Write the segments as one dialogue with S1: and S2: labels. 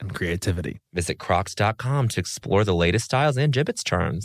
S1: and creativity.
S2: Visit crocs.com to explore the latest styles and gibbets charms.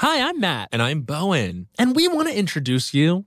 S1: Hi, I'm Matt.
S2: And I'm Bowen.
S1: And we want to introduce you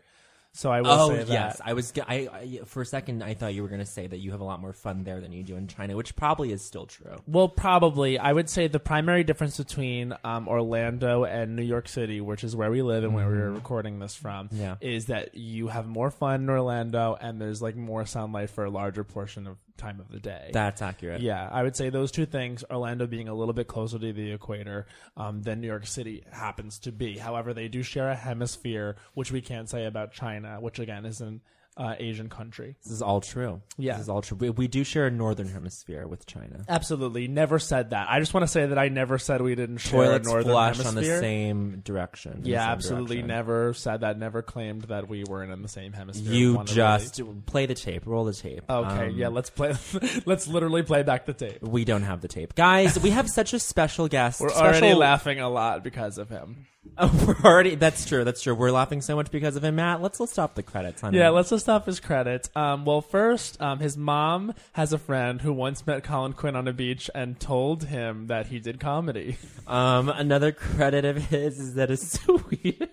S1: So I will
S3: Oh
S1: say that.
S3: yes, I was. g- I, I- for a second I thought you were going to say that you have a lot more fun there than you do in China, which probably is still true.
S1: Well, probably. I would say the primary difference between um, Orlando and New York City, which is where we live and where we're recording this from,
S3: Mm-hmm. Yeah.
S1: is that you have more fun in Orlando and there's like more sunlight for a larger portion of time of the day.
S3: That's accurate.
S1: yeah, I would say those two things. Orlando being a little bit closer to the equator um, than New York City happens to be. However, they do share a hemisphere, which we can't say about China, which again is an uh, Asian country.
S3: This is all true.
S1: Yeah.
S3: This is all true. We, we do share a northern hemisphere with China.
S1: Absolutely, never said that. I just want to say that I never said we didn't share
S3: Toilets
S1: a northern
S3: flush
S1: hemisphere.
S3: on the same direction. in the
S1: yeah,
S3: same
S1: absolutely,
S3: direction.
S1: never said that. Never claimed that we weren't in the same hemisphere.
S3: You
S1: Wanna
S3: just play the tape, roll the tape.
S1: really- okay?
S3: Um,
S1: yeah, let's play. let's literally play back the tape.
S3: We don't have the tape, guys. We have such a special guest.
S1: We're
S3: special...
S1: already laughing a lot because of him.
S3: Oh, we're already. That's true. That's true. We're laughing so much because of him, Matt. Let's let's stop the credits. Honey.
S1: Yeah, let's list off his credits. Um, well, first, um, his mom has a friend who once met Colin Quinn on a beach and told him that he did comedy.
S3: Um, another credit of his is that a Swedish.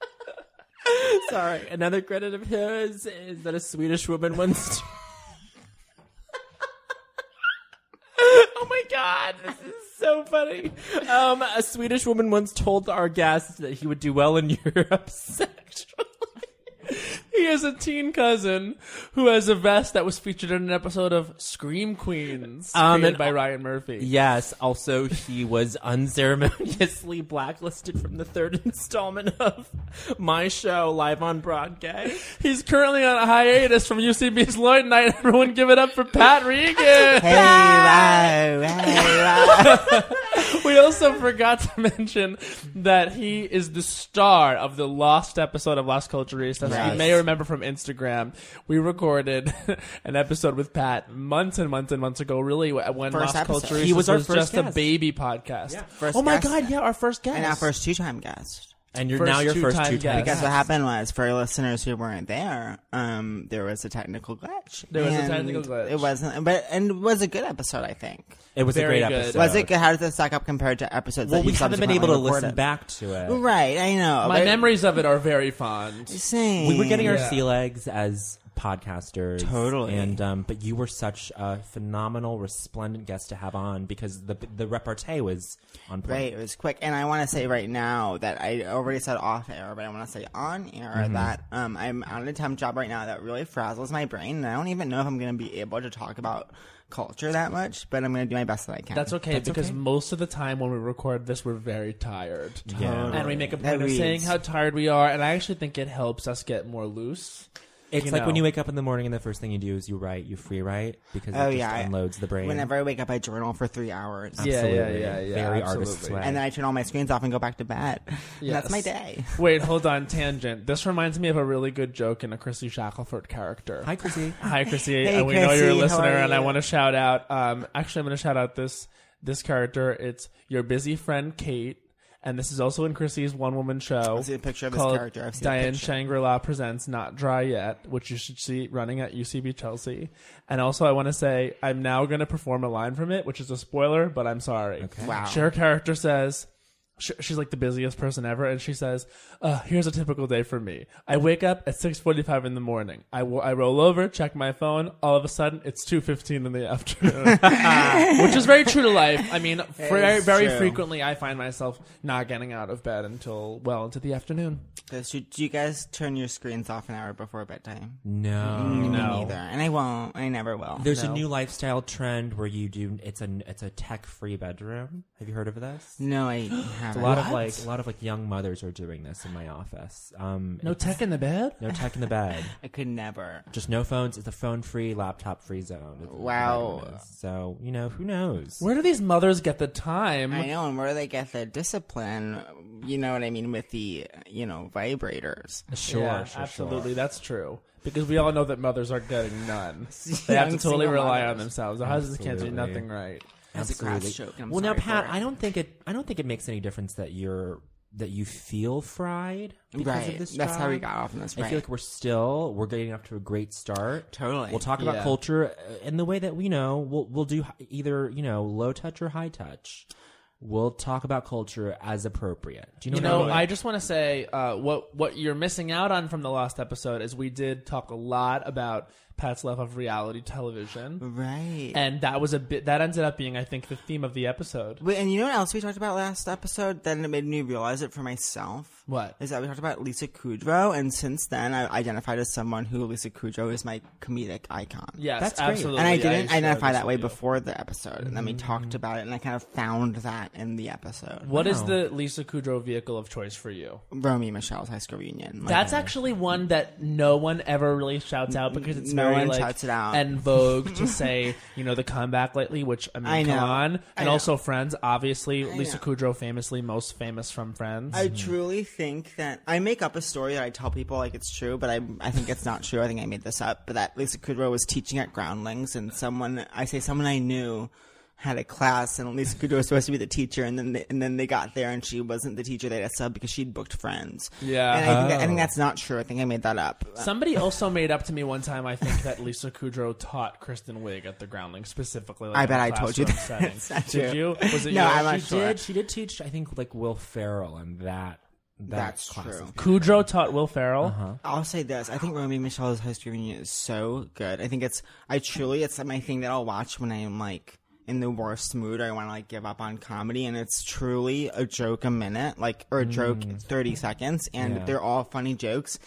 S3: Sorry, another credit of his is that a Swedish woman once. oh my god, this is so funny. Um, a Swedish woman once told our guest that he would do well in Europe sexually.
S1: He has a teen cousin who has a vest that was featured in an episode of Scream Queens,
S3: Um,
S1: created
S3: and-
S1: by Ryan Murphy.
S3: Yes. Also, he was unceremoniously blacklisted from the third installment of my show, Live on Broadway.
S1: He's currently on a hiatus from UCB's Lloyd Night. Everyone give it up for Pat Regan. We also forgot to mention that he is the star of the lost episode of Lost Culturistas. That You
S3: Yes.
S1: may remember from Instagram. We recorded an episode with Pat months and months and months ago, really, when
S4: First
S1: Lost
S4: episode.
S1: Culturistas
S3: He was our
S1: was
S3: first
S1: just a
S3: guest.
S1: baby podcast.
S4: first
S1: oh my
S4: guest.
S1: God, yeah, our first guest.
S4: And our first two time guest.
S3: And you're
S1: First
S3: now your first
S1: two-time
S3: two time
S1: guest.
S4: Because what happened was, for listeners who weren't there, um, there was a technical glitch.
S1: There was a
S4: And
S1: technical glitch.
S4: It wasn't, but and it was a good episode, I think.
S3: It was
S1: Very
S3: a great
S1: good.
S3: episode.
S4: Was it good? How does it stack up compared to episodes?
S3: Well,
S4: that
S3: we
S4: you
S3: haven't been able to
S4: subsequently
S3: listen
S4: recorded?
S3: back to it.
S4: Right, I know.
S1: My
S4: but-
S1: memories of it are very fond.
S4: Same.
S3: We were getting our
S1: Yeah.
S3: sea legs as podcasters,
S4: Totally.
S3: And um, but you were such a phenomenal, resplendent guest to have on because the the repartee was on point.
S4: Right, it was quick. And I want to say right now that I already said off air, but I want to say on air
S3: Mm-hmm.
S4: that um, I'm on a temp job right now that really frazzles my brain. And I don't even know if I'm going to be able to talk about culture that much, but I'm going to do my best that I can.
S1: That's okay because most of the time when we record this, we're very tired.
S3: Yeah.
S1: And we make a
S4: That
S1: point of
S4: reads.
S1: saying how tired we are, and I actually think it helps us get more loose.
S3: It's
S1: You
S3: like when
S1: know.
S3: you wake up in the morning and the first thing you do is you write, you free write because
S4: Oh,
S3: it just
S4: yeah, I-
S3: unloads the brain.
S4: Whenever I wake up, I journal for three hours.
S3: Absolutely. Very artist's way.
S4: And then I turn all my screens off and go back to bed. And that's my
S1: Yes.
S4: day.
S1: Wait, hold on, tangent. This reminds me of a really good joke in a Chrissy Shackelford character.
S3: Hi, Chrissy.
S4: Mm-hmm.
S1: Hi, Chrissy.
S4: Hey,
S1: and we know you're a
S4: Chrissy, how
S1: listener,
S4: are
S1: and I
S4: you?
S1: want to shout out. Um, actually, I'm going to shout out this this character. It's your busy friend Kate, and this is also in Chrissy's one woman show.
S4: I've seen a picture of this
S1: called
S4: character. I've seen a
S1: Diane
S4: picture.
S1: Shangri La presents Not Dry Yet, which you should see running at UCB Chelsea. And also, I want to say I'm now going to perform a line from it, which is a spoiler, but I'm sorry.
S4: Wow.
S1: Her character says sh- she's like the busiest person ever and she says uh, here's a typical day for me i wake up at 6.45 in the morning I wo- I roll over check my phone all of a sudden it's 2.15 in the afternoon which is very true to life i mean very,
S4: is
S1: very
S4: true.
S1: frequently i find myself not getting out of bed until well into the afternoon
S4: So should do you guys turn your screens off an hour before bedtime?
S3: No.
S4: Me neither. And I won't. I never will.
S3: There's a new lifestyle trend where you do it's a it's a tech free bedroom. Have you heard of this?
S4: no, I
S3: A
S4: haven't.
S3: lot of like a lot of like young mothers are doing this in my office. Um,
S1: no
S3: it's-
S1: tech in the bed
S3: no tech in the bed.
S4: I could never.
S3: Just no phones. It's a phone free, laptop free zone. It's what
S4: Wow.
S3: the bedroom is. So you know who knows.
S1: where do these mothers get the
S3: Mm.
S1: time
S4: I know, and where do they get the discipline? You know what I mean with the you know vibrators.
S3: sure,
S1: yeah,
S3: sure,
S1: absolutely.
S3: Sure.
S1: That's true. Because we all know that mothers are getting none. They have to
S4: Young
S1: totally
S4: single
S1: rely on
S4: mothers.
S1: themstrves. Their husbands can't do
S3: Absolutely.
S1: nothing right.
S4: That's a crass
S3: Absolutely.
S4: joke, and I'm
S3: well, now
S4: sorry
S3: Pat,
S4: for it.
S3: I don't think it. I don't think it makes any difference that you're that you feel fried because
S4: Right.
S3: of this.
S4: That's how we
S3: job.
S4: got off on this.
S3: I
S4: Right.
S3: feel like we're still we're getting off to a great start.
S4: Totally.
S3: We'll talk about
S1: Yeah.
S3: culture uh, in the way that we know we'll we'll do hi- either you know low touch or high touch. We'll talk about culture as appropriate. Do you know?
S1: You
S3: what I
S1: know,
S3: mean?
S1: I just want to say uh, what what you're missing out on from the last episode is we did talk a lot about Pat's love of reality
S4: Mm.
S1: television,
S4: right.
S1: and that was a bit that ended up being, I think, the theme of the episode.
S4: Wait, and you know what else we talked about last episode? Then it made me realize it for myself.
S1: What?
S4: Is that we talked about Lisa Kudrow, and since then I identified as someone who Lisa Kudrow is my comedic icon.
S1: Yes,
S3: That's great.
S1: absolutely.
S4: And I didn't
S1: shared
S4: identify
S1: this with
S4: that way
S1: you. Mm-hmm.
S4: before the episode, and then we talked about it, and I kind of found that in the episode.
S1: What is the Lisa Kudrow vehicle of choice for you?
S4: Romy and Michelle's high school reunion. Like,
S1: That's actually one that no one ever really shouts out because it's
S4: Mm, no
S1: very
S4: one
S1: like
S4: shouts it out.
S1: en vogue to say you know the comeback lately, which I mean,
S4: I know.
S1: come on, and
S4: I know.
S1: also Friends, obviously Lisa
S4: know.
S1: Kudrow, famously most famous from Friends.
S4: I truly think that I make up a story that I tell people like it's true, but I I think it's not true. I think I made this up. But that Lisa Kudrow was teaching at Groundlings, and someone I say someone I knew had a class, and Lisa Kudrow was supposed to be the teacher, and then they, and then they got there, and she wasn't the teacher. They had a sub because she'd booked friends.
S1: Yeah.
S4: and I, think that, I think that's not true. I think I made that up.
S1: Somebody also made up to me one time. I think that Lisa Kudrow taught Kristen Wiig at the Groundling specifically. Like,
S4: I
S1: in
S4: bet
S1: a
S4: I told you
S1: classroom
S4: that.
S1: setting.
S4: It's not
S1: Did
S4: true.
S1: you? Was it
S4: No,
S1: you?
S4: I'm not
S3: she
S4: sure.
S3: did. She did teach. I think like Will Ferrell and that. that
S4: That's
S3: class of
S4: true.
S3: people.
S1: Kudrow taught Will Ferrell.
S4: I'll say this. I think Romy Michelle's high school reunion is so good. I think it's, I truly, it's my thing that I'll watch when I'm like in the worst mood or I want to like give up on comedy. And it's truly a joke a
S3: Mm.
S4: minute, like, or a joke 30 seconds. And they're all funny jokes.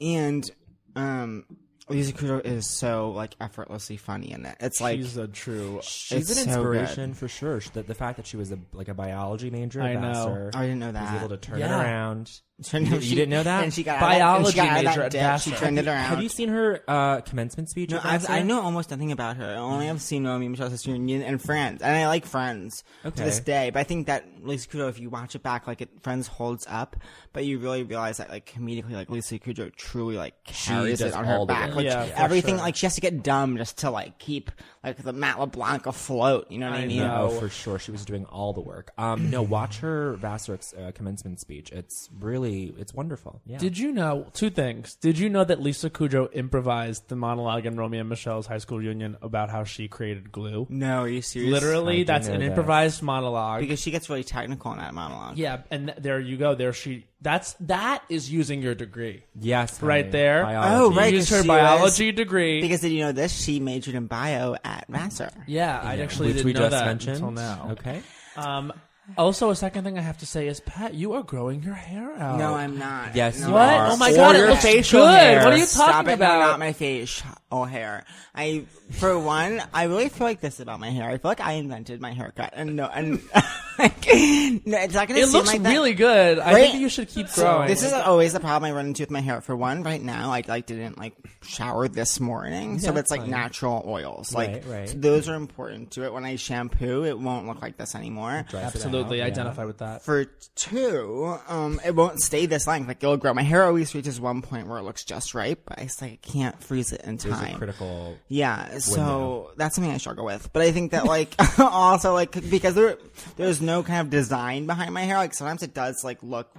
S4: And Um, Lisa Kudrow is so like effortlessly funny in it. It's like
S1: She's a true.
S3: She's
S4: It's
S3: an
S4: so good.
S3: inspiration for sure. The, the fact that she was a, like a biology major,
S1: I
S3: a
S1: know.
S3: Vassar,
S4: I didn't know
S3: was
S4: that.
S3: able to turn
S1: Yeah.
S3: it around.
S4: Turn-
S3: You- you didn't know that?
S4: And she got
S1: Biology
S4: out of that, and she got
S1: major
S4: out
S1: at
S4: of that dip, She
S1: Vassar.
S4: turned it around.
S3: Have you seen her uh, commencement speech?
S4: No,
S3: at
S4: I've,
S3: Vassar?
S4: I know almost nothing about her. I only have seen Naomi Michelle's Sister Union and Friends, and I like Friends to
S3: Okay.
S4: this day. But I think that Lisa Kudrow, if you watch it back, like it, Friends holds up, but you really realize that like comedically, like Lisa Kudrow truly like carries
S3: does
S4: it on
S3: all
S4: her
S3: the
S4: back.
S3: way.
S4: Like
S1: Yeah, for
S4: everything,
S1: sure.
S4: like she has to get dumb just to like keep like the Matt LeBlanc afloat. You know what I,
S1: I
S4: mean?
S1: know.
S3: Oh, for sure. She was doing all the work. Um, no, watch her Vassar uh, commencement speech. It's really, it's wonderful. Yeah.
S1: Did you know two things? Did you know that Lisa Kudrow improvised the monologue in Romeo and Michelle's high school reunion about how she created glue?
S4: No, are you serious?
S1: Literally,
S3: I
S1: that's
S3: do
S1: an
S3: know that.
S1: improvised monologue.
S4: because she gets really technical in that monologue.
S1: yeah, and th- there you go. There she. That's that is using your degree
S3: yes. honey.
S1: right there.
S3: Biology.
S4: Oh, right.
S1: She used
S4: 'cause
S1: her
S4: she
S1: biology
S4: was-
S1: degree.
S4: Because did you know this? She majored in bio at Vassar.
S1: yeah, I actually
S3: Which
S1: didn't
S3: we
S1: know
S3: just
S1: that
S3: mentioned.
S1: until now.
S3: Okay.
S1: Um, also, a second thing I have to say is, Pat, you are growing your hair out.
S4: No, I'm not.
S3: Oh. Yes,
S4: no,
S3: you
S1: What?
S3: are.
S1: Oh my
S3: Or
S1: god, it
S3: your
S1: looks good.
S3: facial hair.
S1: What are you talking
S4: Stop it,
S1: about?
S4: No, not my face or hair. I, for one, I really feel like this about my hair. I feel like I invented my haircut, and no, and like, no, it's not gonna.
S1: it
S4: seem
S1: looks
S4: like that.
S1: really good. I
S4: Right?
S1: think you should keep
S4: So
S1: growing.
S4: This is always the problem I run into with my hair. For one, right now I like didn't like shower this morning, so it's like natural oils. Like
S3: Right, right.
S4: so those are important to it. When I shampoo, it won't look like this anymore.
S1: absolutely identify with that.
S4: For two, um, it won't stay this length. Like it'll grow. My hair always reaches one point where it looks just right, but I just, like can't freeze it in
S3: There's
S4: time.
S3: a critical.
S4: Yeah, so that's something I struggle with. But I think that like also like because there there's no kind of design behind my hair. Like sometimes it does like look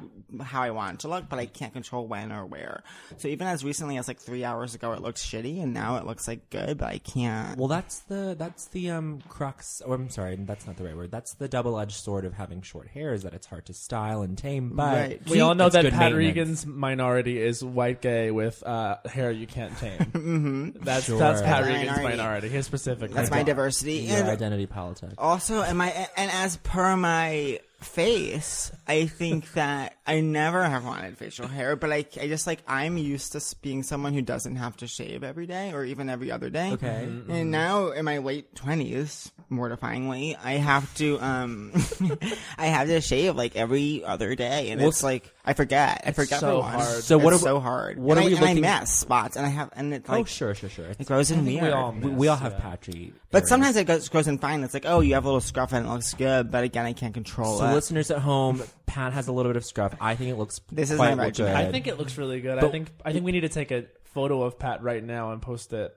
S4: how I want it to look, but I can't control when or where. So even as recently as like three hours ago, it looked shitty, and now it looks like good, but I can't.
S3: Well, that's the that's the um crux. Or I'm sorry, that's not the right word. That's the double edged sword of having short hair is that it's hard to style and tame. But
S4: Right.
S1: We all know
S3: it's
S1: that
S3: good
S1: Pat
S3: maintenance.
S1: Regan's minority is white gay with uh, hair you can't tame. mm-hmm. That's that's
S3: Sure.
S1: Pat
S4: That's my
S1: Regan's minority.
S4: minority.
S1: His specific.
S4: that's my diversity.
S3: your
S4: and
S3: identity politics.
S4: also am I and as per my face i think that i never have wanted facial hair but I, I just like i'm used to s- being someone who doesn't have to shave every day or even every other day
S3: Okay. Mm-hmm.
S4: and now in my late 20s mortifyingly i have to um i have to shave like every other day and
S3: Well,
S4: it's like i forget i forget
S1: so
S4: for once.
S1: hard.
S3: So what
S4: It's
S3: are we-
S4: so hard
S3: what
S4: and
S3: are
S4: I,
S3: we
S4: and I
S3: looking-
S4: miss spots and i have and it's like
S3: oh sure, sure, sure.
S4: it
S3: It's,
S4: grows in weird
S1: we all
S3: we, we all have patchy.
S4: but
S3: areas.
S4: sometimes it goes, grows in fine. It's like, oh, you have a little scruff and it looks good, but again, I can't control
S3: So
S4: it.
S3: listeners at home, Pat has a little bit of scruff. I think it looks
S4: This is
S3: quite
S4: my regimen.
S1: I
S3: good.
S1: think it looks really good. I
S3: But-
S1: think I think we need to take a photo of Pat right now and post it.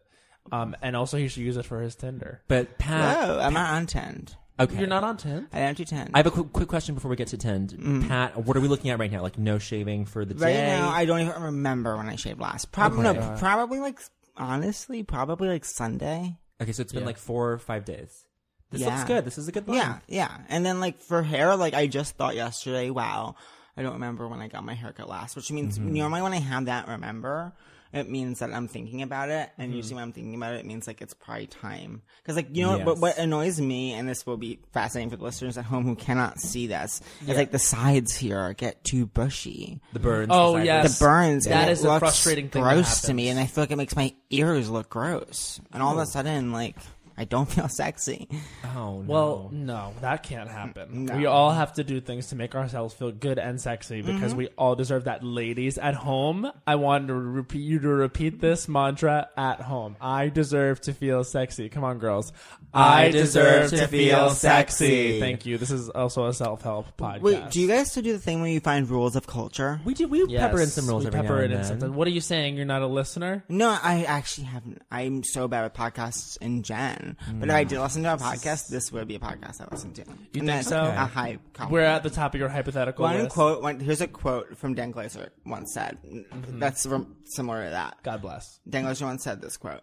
S1: Um, and also he should use it for his Tinder.
S3: But Pat,
S4: no, I'm not on tend.
S3: okay,
S1: You're not on Tinder.
S4: I don't do tend.
S3: I have a quick, quick question before we get to tend. Pat, what are we looking at right now? Like no shaving for the
S4: Mm. right
S3: day.
S4: now, I don't even remember when I shaved last. Probably no, probably like honestly, probably like Sunday.
S3: okay, so it's been like four or five days. This
S4: Yeah.
S3: looks good. This is a good look.
S4: Yeah, yeah. And then like for hair, like I just thought yesterday, wow, I don't remember when I got my haircut last, which means
S1: Mm-hmm.
S4: normally when I have that remember, it means that I'm thinking about it, and
S1: Mm-hmm.
S4: usually when I'm thinking about it, it means like it's probably time. Because like you know what,
S3: Yes.
S4: what annoys me, and this will be fascinating for the listeners at home who cannot see this, is like the sides here get too bushy.
S3: The burns.
S1: Oh,
S3: the
S1: yes.
S4: The burns.
S1: That
S4: and
S1: is
S4: it
S1: the
S4: looks
S1: frustrating thing that
S4: Gross to me,
S1: happens.
S4: and I feel like it makes my ears look gross, and all of a sudden, like I don't feel sexy.
S3: Oh no.
S1: Well, no, that can't happen. We all have to do things to make ourselves feel good and sexy because
S3: Mm-hmm.
S1: we all deserve that. Ladies at home, I want to repeat you to repeat this mantra at home. I deserve to feel sexy. Come on, girls.
S3: I deserve to feel
S4: sexy.
S1: Thank you. This is also a self help podcast.
S4: Wait, do you guys still do the thing where you find rules of culture?
S3: we do. We
S1: Yes,
S3: pepper in some rules
S1: we
S3: every
S1: pepper
S3: now
S1: it
S3: and
S1: in
S3: then.
S1: something. What are you saying? You're not a listener?
S4: No, I actually haven't. I'm so bad with podcasts in gen. But if I did listen to a podcast, this would be a podcast I listened to. You
S1: Mm. think so?
S4: A high compliment.
S1: We're at the top of your hypothetical
S4: one
S1: list.
S4: quote. One, here's a quote from Dan Glaser once said.
S1: Mm-hmm.
S4: That's from, similar to that.
S1: God bless.
S4: Dan Glaser once said this quote.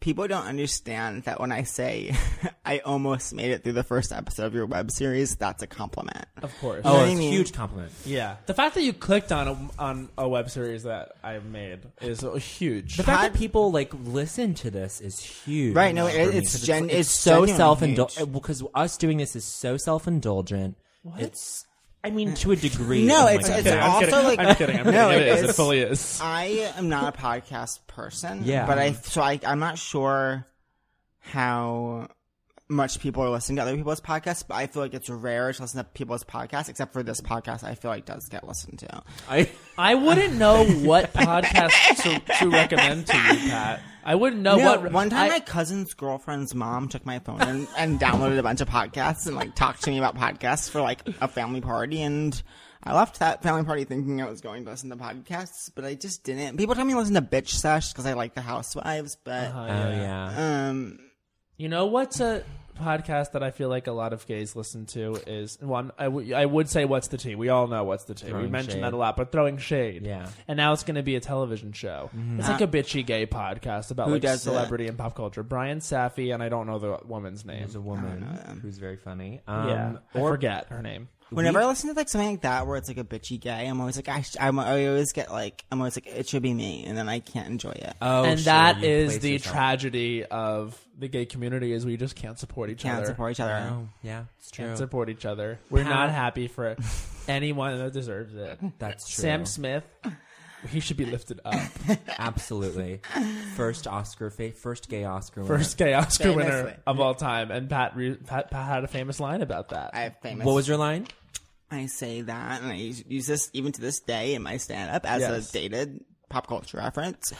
S4: People don't understand that when I say I almost made it through the first episode of your web series, that's a compliment.
S1: Of course.
S4: know
S3: Oh,
S4: what
S3: it's
S4: I
S3: a
S4: mean?
S3: huge compliment.
S1: Yeah, the fact that you clicked on a, on a web series that I made is huge.
S3: The fact that people like listen to this is huge.
S4: Right, no, it-
S3: for me,
S4: it's
S3: 'cause
S4: gen-
S3: it's,
S4: it's
S3: so
S4: genuinely
S3: self indulgent
S4: huge.
S3: because us doing this is so self indulgent. It's I mean, to a degree.
S4: No,
S3: oh my
S4: it's-
S3: God.
S4: it's
S1: Yeah, I'm
S4: also
S1: kidding.
S4: like-
S1: I'm kidding. I'm kidding.
S4: No,
S1: it
S4: it
S1: is. It
S4: is.
S1: fully is.
S4: I am not a podcast person.
S3: Yeah.
S4: But I so I I'm not sure how much people are listening to other people's podcasts, but I feel like it's rare to listen to people's podcasts, except for this podcast I feel like does get listened to.
S3: I,
S1: I wouldn't know what
S3: Oh,
S1: podcast to, to recommend to you, Pat. I wouldn't know
S4: No,
S1: what.
S4: one time my cousin's girlfriend's mom took my phone and, and downloaded a bunch of podcasts and like talked to me about podcasts for like a family party and I left that family party thinking I was going to listen to podcasts, but I just didn't. People tell me to listen to Bitch Sesh because I like the Housewives, but
S1: Uh,
S3: oh yeah.
S4: um,
S1: You know what's a podcast that I feel like a lot of gays listen to is well, I'm, I, w- I would say what's the tea? We all know what's the tea. we
S3: Throwing
S1: mentioned
S3: shade.
S1: that a lot, but throwing shade.
S3: Yeah. Mm-hmm.
S1: And now it's going to be a television show. It's like a bitchy gay podcast about
S4: Who
S1: like
S4: does
S1: celebrity and pop culture. Brian Safi and I don't know the woman's name.
S3: There's a woman who's very funny. Um,
S1: yeah, I
S3: Or
S1: forget her name.
S4: Whenever I listen to like something like that where it's like a bitchy gay, I'm always like, I, sh- I'm, I always get like, I'm always like, it should be me, and then I can't enjoy it.
S3: oh,
S1: and
S3: sure,
S1: that
S3: you
S1: is
S3: place
S1: the
S3: yourself.
S1: tragedy of the gay community is we just can't support each
S4: can't
S1: other.
S4: support each other.
S3: Oh, yeah, it's true.
S1: Can't support each other. We're
S3: Pat-
S1: not happy for anyone that deserves it.
S3: That's true.
S1: Sam Smith, he should be lifted up.
S3: Absolutely. First Oscar, fa- first gay Oscar. winner.
S1: First gay Oscar
S4: Famously.
S1: winner of all time, and Pat, Re- Pat Pat had a famous line about that.
S4: I have famous.
S3: What was your line?
S4: I say that, and I use, use this even to this day in my stand up as
S1: Yes.
S4: a dated pop culture reference.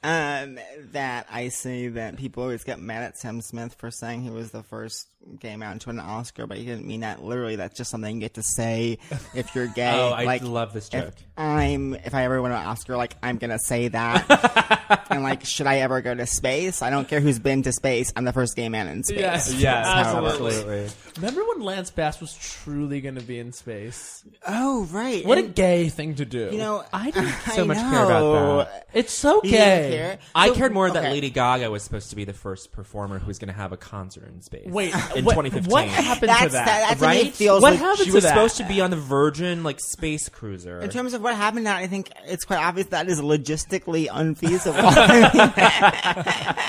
S4: Um, that I say that people always get mad at Sam Smith for saying he was the first gay man to win an Oscar, but he didn't mean that literally. That's just something you get to say if you're gay.
S3: Oh, I
S4: like,
S3: love this joke.
S4: if I'm if I ever win an Oscar, like I'm gonna say that. and like, should I ever go to space? I don't care who's been to space. I'm the first gay man in space.
S1: Yes,
S3: Yes,
S1: absolutely.
S3: absolutely.
S1: Remember when Lance Bass was truly going to be in space?
S4: Oh right.
S1: What a
S4: And,
S1: gay thing to do.
S4: you know.
S3: I didn't
S4: I
S3: so much care about
S4: know.
S3: that.
S1: it's so
S4: You didn't
S1: gay.
S4: care?
S3: I
S4: So-
S3: cared more that
S4: okay.
S3: Lady Gaga was supposed to be the first performer who was going to have a concert in space.
S1: Wait,
S3: in
S1: what,
S3: 2015.
S1: what happened to
S4: That's
S1: that?
S4: that- that's what
S1: right?
S4: it feels
S1: what
S4: like.
S1: happened
S3: she
S1: to
S3: was
S1: that?
S3: supposed to be on the Virgin like space cruiser.
S4: In terms of what happened, now I think it's quite obvious that is logistically unfeasible.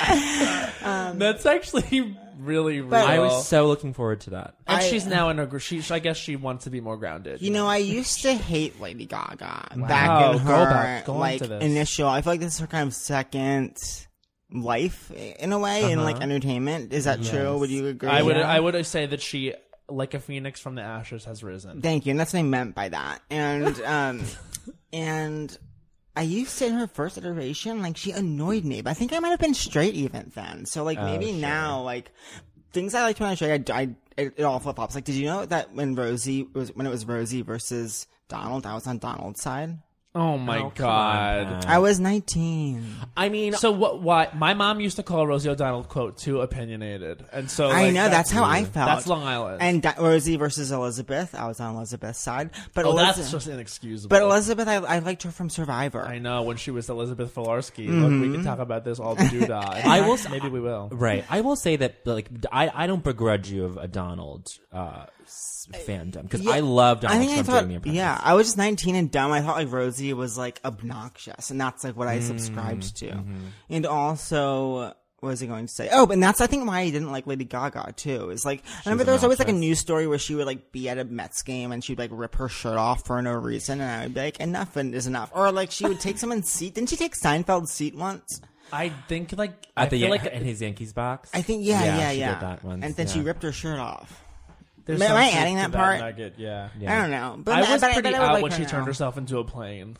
S1: That's actually really real.
S4: But-
S3: I was so looking forward to that.
S1: and
S4: I-
S1: she's now in her. gr- She, she- I guess she wants to be more grounded.
S4: you know, I used to hate Lady Gaga back
S1: Wow,
S4: in
S1: go
S4: her
S1: back- go on
S4: like
S1: to this.
S4: initial. I feel like this is her kind of second life in a way in like entertainment. Is that true? Would you agree?
S1: Uh-huh. I would. I would say that she, like a phoenix from the ashes, has risen.
S4: Thank you. And that's what I meant by that. And um and I used to in her first iteration, like she annoyed me. But I think I might have been straight even then. So
S1: Oh,
S4: like maybe now, like things I liked when I was straight, I, I it, it all flip flops. Like, did you know that when Rosie was when it was Rosie versus Donald, I was on Donald's side.
S1: Oh my
S3: Oh, come
S1: god.
S3: on, Pat.
S4: I was nineteen.
S1: I mean, so what? Why my mom used to call Rosie O'Donnell quote too opinionated, and so
S4: I
S1: Oh, like,
S4: know that's, how I felt.
S1: That's Long Island,
S4: And Di- Rosie versus Elizabeth, I was on Elizabeth's side. But
S1: oh,
S4: Elizabeth,
S1: that's just inexcusable.
S4: but Elizabeth, I, I liked her from Survivor.
S1: I know when she was Elizabeth Filarski. Look, we can talk about this all doodah.
S3: I will-
S1: Maybe we Mm-hmm. will.
S3: Right. I will say that like I, I don't begrudge you of a Donald uh, s- fandom because I love Donald
S4: I think
S3: Trump
S4: I
S3: doing the
S4: thought,
S3: impression.
S4: yeah, I was just 19 and dumb. I thought like Rosie was like obnoxious, and that's like what I subscribed to. And also, what was I going to say? Oh, and that's I think why I didn't like Lady Gaga too. Is like I remember there was always like a news story where she would like be at a Mets game and she'd like rip her shirt off for no reason, and I would be like, enough and is enough. Or like she would take someone's seat. Didn't she take Seinfeld's seat once?
S1: I think like I
S3: At the
S1: feel
S3: Yan-
S1: like
S3: in his Yankees box.
S4: I think yeah, yeah, yeah.
S3: she did that once.
S4: and then she
S3: yeah.
S4: ripped her shirt off.
S1: there's
S4: Am
S1: some
S4: I
S1: truth
S4: adding
S1: to
S4: that part?
S1: nugget, yeah.
S3: Yeah.
S4: I don't know, but
S1: I was
S4: but
S1: pretty
S4: but I would
S1: out
S4: like
S1: when
S4: her
S1: she
S4: now.
S1: turned herself into a plane.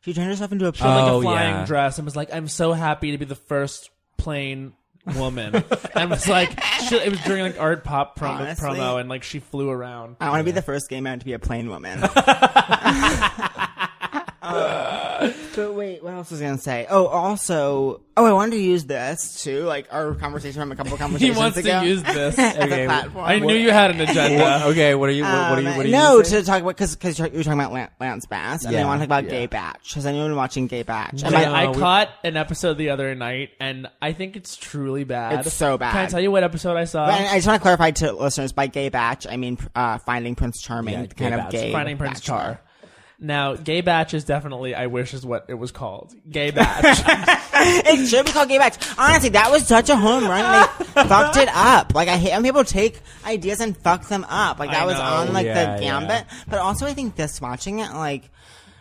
S4: She turned herself into a.
S1: She had like a
S3: Oh,
S1: flying
S3: yeah.
S1: dress and was like, "I'm so happy to be the first plain woman." and was like, she, it was during like art pop promo,
S4: Honestly.
S1: promo, and like she flew around.
S4: I want to be the first gay man to be a plain woman. but wait, what else was I going to say? Oh, also, oh, I wanted to use this too, like our conversation from a couple
S1: He
S4: conversations
S1: wants
S4: ago.
S1: to use this.
S4: as a platform.
S1: I knew you had an agenda.
S3: okay, what are you? What, what are you?
S4: Um,
S3: What are you?
S4: no,
S3: saying?
S4: to talk about because because you're, you're talking about Lan- Lance Bass, and I
S3: Yeah,
S4: want to talk about Gay Batch. Has anyone been watching Gay Batch? Am
S1: I,
S4: I-
S1: I caught an episode the other night, and I think it's truly bad.
S4: It's so bad.
S1: Can I tell you what episode I saw?
S4: and I just want to clarify to listeners by Gay Batch, I mean uh, Finding Prince Charming,
S3: Yeah,
S4: the kind
S3: Gay
S4: of
S3: Batch.
S4: gay
S1: Finding Prince
S4: bachelor.
S1: Char. Now, gay batch is definitely I wish is what it was called. Gay batch.
S4: It should be called gay batch. Honestly, that was such a home run. They fucked it up. Like I hate when people take ideas and fuck them up. Like that was
S1: know.
S4: on like
S3: Yeah,
S4: the gambit. But also, I think this watching it like.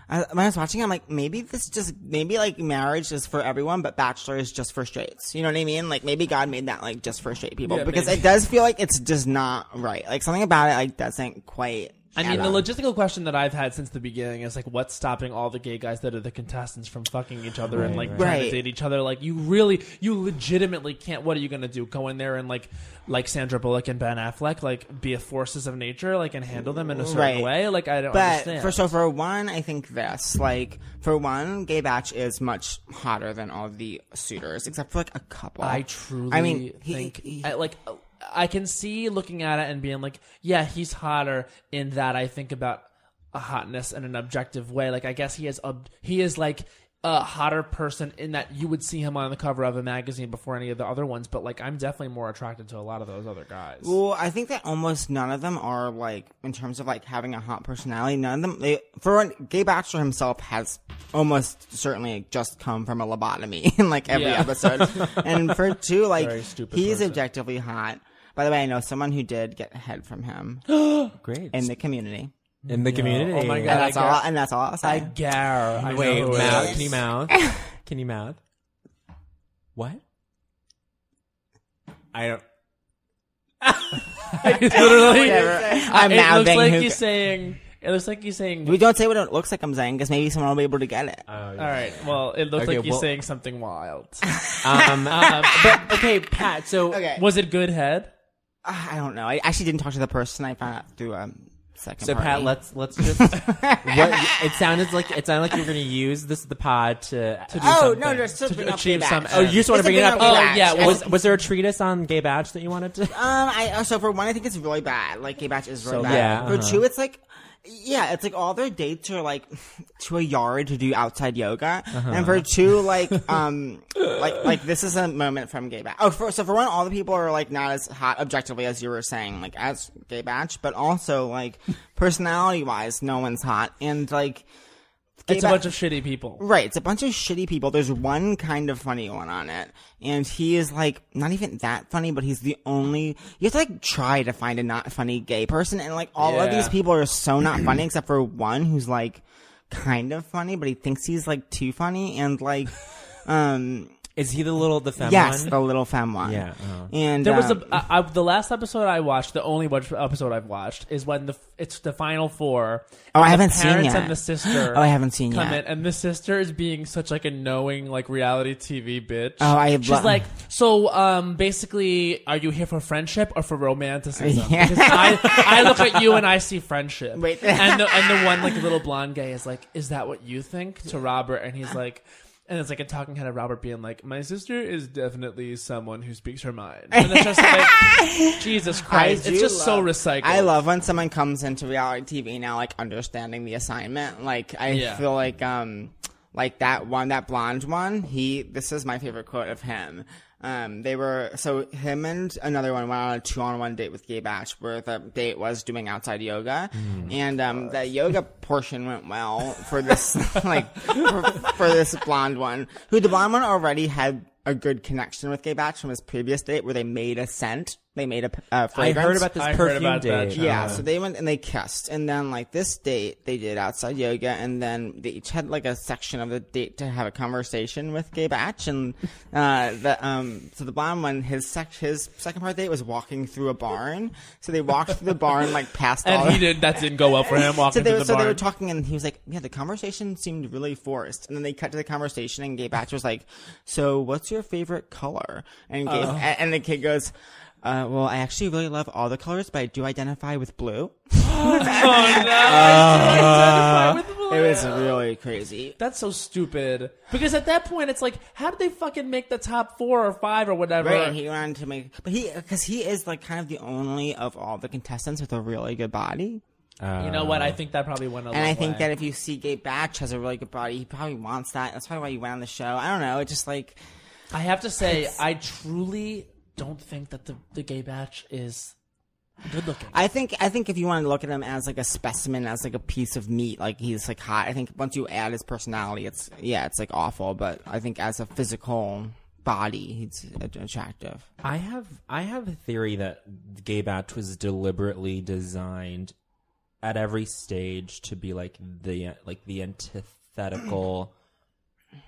S4: I, when I was watching, it, I'm like, maybe this just maybe like marriage is for everyone, but bachelor is just for straights. You know what I mean? Like maybe God made that like just for straight people because it does feel like it's just not right. Like something about it like doesn't quite.
S1: I mean,
S4: add
S1: the
S4: up.
S1: logistical question that I've had since the beginning is like, what's stopping all the gay guys that are the contestants from fucking each other and like trying to
S4: Right.
S1: date each other? Like, you really, you legitimately can't. What are you gonna do? Go in there and like, like Sandra Bullock and Ben Affleck, like be a forces of nature, like and handle them in a certain
S4: Right.
S1: way? Like, I don't
S4: But
S1: understand.
S4: for so for one, I think this like for one, Gay Batch is much hotter than all the suitors except for like a couple.
S1: I truly
S4: I mean, he-
S1: think
S4: he-
S1: I, like I can see looking at it and being like, yeah, he's hotter in that I think about a hotness in an objective way. Like I guess he is ob- he is like a hotter person in that you would see him on the cover of a magazine before any of the other ones, but like I'm definitely more attracted to a lot of those other guys.
S4: Well, I think that almost none of them are like in terms of like having a hot personality. None of them. They, for one, Gay Bachelor himself has almost certainly just come from a lobotomy in like every
S1: Yeah.
S4: episode. and for two, like
S1: Very stupid
S4: he's
S1: person.
S4: objectively hot. By the way, I know someone who did get head from him
S3: Great.
S4: in the community.
S3: in the community.
S1: Oh my
S4: And
S1: God. I
S4: that's all.
S1: guess-
S4: And that's all I'll say.
S1: I gar. I
S3: Wait,
S1: know who it
S3: mouth.
S1: is.
S3: Can you mouth? Can you mouth? What? I don't.
S1: Literally, Uh,
S4: I'm
S1: it looks
S4: mouthing
S1: like
S4: who-
S1: he's saying. It looks like he's saying.
S4: We don't say what it looks like I'm saying because maybe someone will be able to get it.
S1: all right. Well, it looks
S3: Okay,
S1: like he's
S3: well-
S1: saying something wild.
S3: Um, um, but okay, Pat. So
S4: okay.
S1: Was it good head?
S4: Ah, I don't know. I actually didn't talk to the person. I found out through a second.
S3: So
S4: party.
S3: Pat, let's let's just. what it sounded like it sounded like you were going to use this the pod to. to
S4: Oh
S1: something
S4: no, no, it's just
S1: to
S4: bring up
S1: achieve
S4: Gay
S1: some-
S4: Batch.
S1: oh, you
S3: just wanna
S4: It's a
S3: bring it
S4: big
S3: up?
S4: Gay
S3: Oh,
S4: Batch.
S1: yeah,
S4: And-
S1: well,
S3: was, was there a treatise on gay batch that you wanted to?
S4: Um, I uh, so for one, I think it's really bad. Like gay batch is really bad.
S3: yeah,
S4: For
S3: uh-huh.
S4: two, it's like. Yeah, it's like all their dates are like to a yard to do outside yoga,
S1: Uh-huh.
S4: and for two, like um, like like this is a moment from Gay Batch. Oh, for, so for one, all the people are like not as hot objectively as you were saying, like as Gay Batch, but also like personality wise, no one's hot, and like Gay
S1: It's a
S4: Batch-
S1: bunch of shitty people.
S4: Right, it's a bunch of shitty people. There's one kind of funny one on it, and he is like not even that funny, but he's the only. You have to like try to find a not funny gay person, and like all of
S1: Yeah.
S4: these people are so not funny except for one who's like kind of funny, but he thinks he's like too funny, and like, um,
S3: Is he the little the femme
S4: yes, Oh.
S3: one?
S4: the little femme one.
S3: Yeah, uh-huh.
S4: and
S1: There was
S4: um,
S1: a I, I, the last episode I watched. The only watch, episode I've watched is when the f- it's the final four.
S4: Oh, I
S1: and
S4: haven't
S1: the
S4: seen
S1: parents
S4: yet.
S1: And the sister.
S4: Oh, I haven't seen
S1: come
S4: yet.
S1: in, and the sister is being such like a knowing like reality TV bitch.
S4: Oh, I
S1: She's
S4: lo-
S1: like, so um, basically, are you here for friendship or for romanticism?
S4: Yeah.
S1: Because I I look at you and I see friendship.
S4: Wait.
S1: and the and the one like little blonde guy is like, is that what you think to Robert? And he's like. And it's like a talking head of Robert being like, "My sister is definitely someone who speaks her mind." And it's just like, Jesus
S4: I
S1: Christ, it's
S4: do
S1: just so
S4: love-
S1: recycled.
S4: I love when someone comes into reality TV now, like understanding the assignment. Like I
S1: Yeah.
S4: feel like um like that one, that blonde one. He this is my favorite quote of him. Um, they were so him and another one went on a two-on-one date with Gay Batch, where the date was doing outside yoga,
S1: Mm.
S4: and um, the yoga portion went well for this like for, for this blonde one, who the blonde one already had a good connection with Gay Batch from his previous date, where they made a scent, they made a p- a
S3: I
S4: fragrance.
S3: heard about this
S1: I heard
S3: perfume
S1: about that,
S3: date.
S1: yeah.
S4: Yeah, so they went and they kissed, and then like this date they did outside yoga, and then they each had like a section of the date to have a conversation with Gay Batch, and uh, the um, so the blonde one his sec his second part date was walking through a barn, so they walked through the barn like past all
S1: and he
S4: the-
S1: did that didn't go well for him
S4: so
S1: walking
S4: they,
S1: to
S4: were,
S1: the
S4: so
S1: barn.
S4: they were talking, and he was like, "Yeah, the conversation seemed really forced." And then they cut to the conversation, and Gay Batch was like, "So, what's your favorite color?" And
S1: Oh.
S4: Gay, and, and the kid goes, uh, "Well, I actually really love all the colors, but I do identify with blue."
S1: oh no! I identify with
S4: It was really crazy.
S1: That's so stupid. Because at that point, it's like, how did they fucking make the top four or five or whatever?
S4: Right, and he wanted to make, but he because he is like kind of the only of all the contestants with a really good body,
S1: you know what? I think that probably went a
S4: Uh, and I think that if you see Gay Batch has a really good body, he probably wants that. That's probably why he went on the show. I don't know. It just like
S1: I have to say, I truly don't think that the, the gay batch is Good looking.
S4: I think I think if you want to look at him as like a specimen, as like a piece of meat, like he's like hot. I think once you add his personality, it's yeah, it's like awful. But I think as a physical body, he's a- attractive.
S3: I have I have a theory that Gay Batch was deliberately designed at every stage to be like the like the antithetical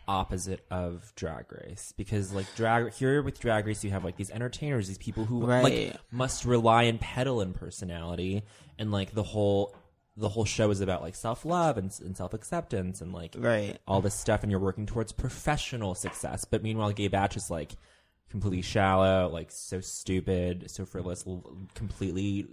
S3: opposite of Drag Race because like drag here with Drag Race you have like these entertainers these people who
S4: Right.
S3: like must rely and pedal in personality and like the whole the whole show is about like self love and, and self acceptance and like
S4: Right.
S3: all this stuff and you're working towards professional success. But meanwhile, Gay Batch is like completely shallow, like so stupid, so frivolous, l- completely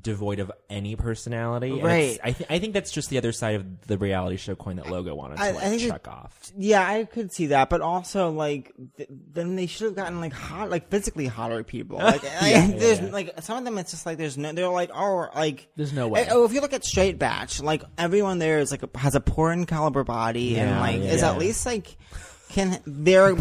S3: devoid of any personality. And it's-
S4: Right.
S3: I, th- I think that's just the other side of the reality show coin that Logo wanted to
S4: I- I
S3: like,
S4: think it-
S3: chuck off.
S4: Yeah, I could see that, but also like th- then they should have gotten like hot, like physically hotter people. Like, I- there's like some of them, it's just like there's no, they're like oh, like
S1: There's no way.
S4: Oh, if you look at Straight Batch, like everyone there is like a, has a porn caliber body and
S3: Yeah,
S4: like
S3: yeah,
S4: is
S3: yeah.
S4: at least like can they're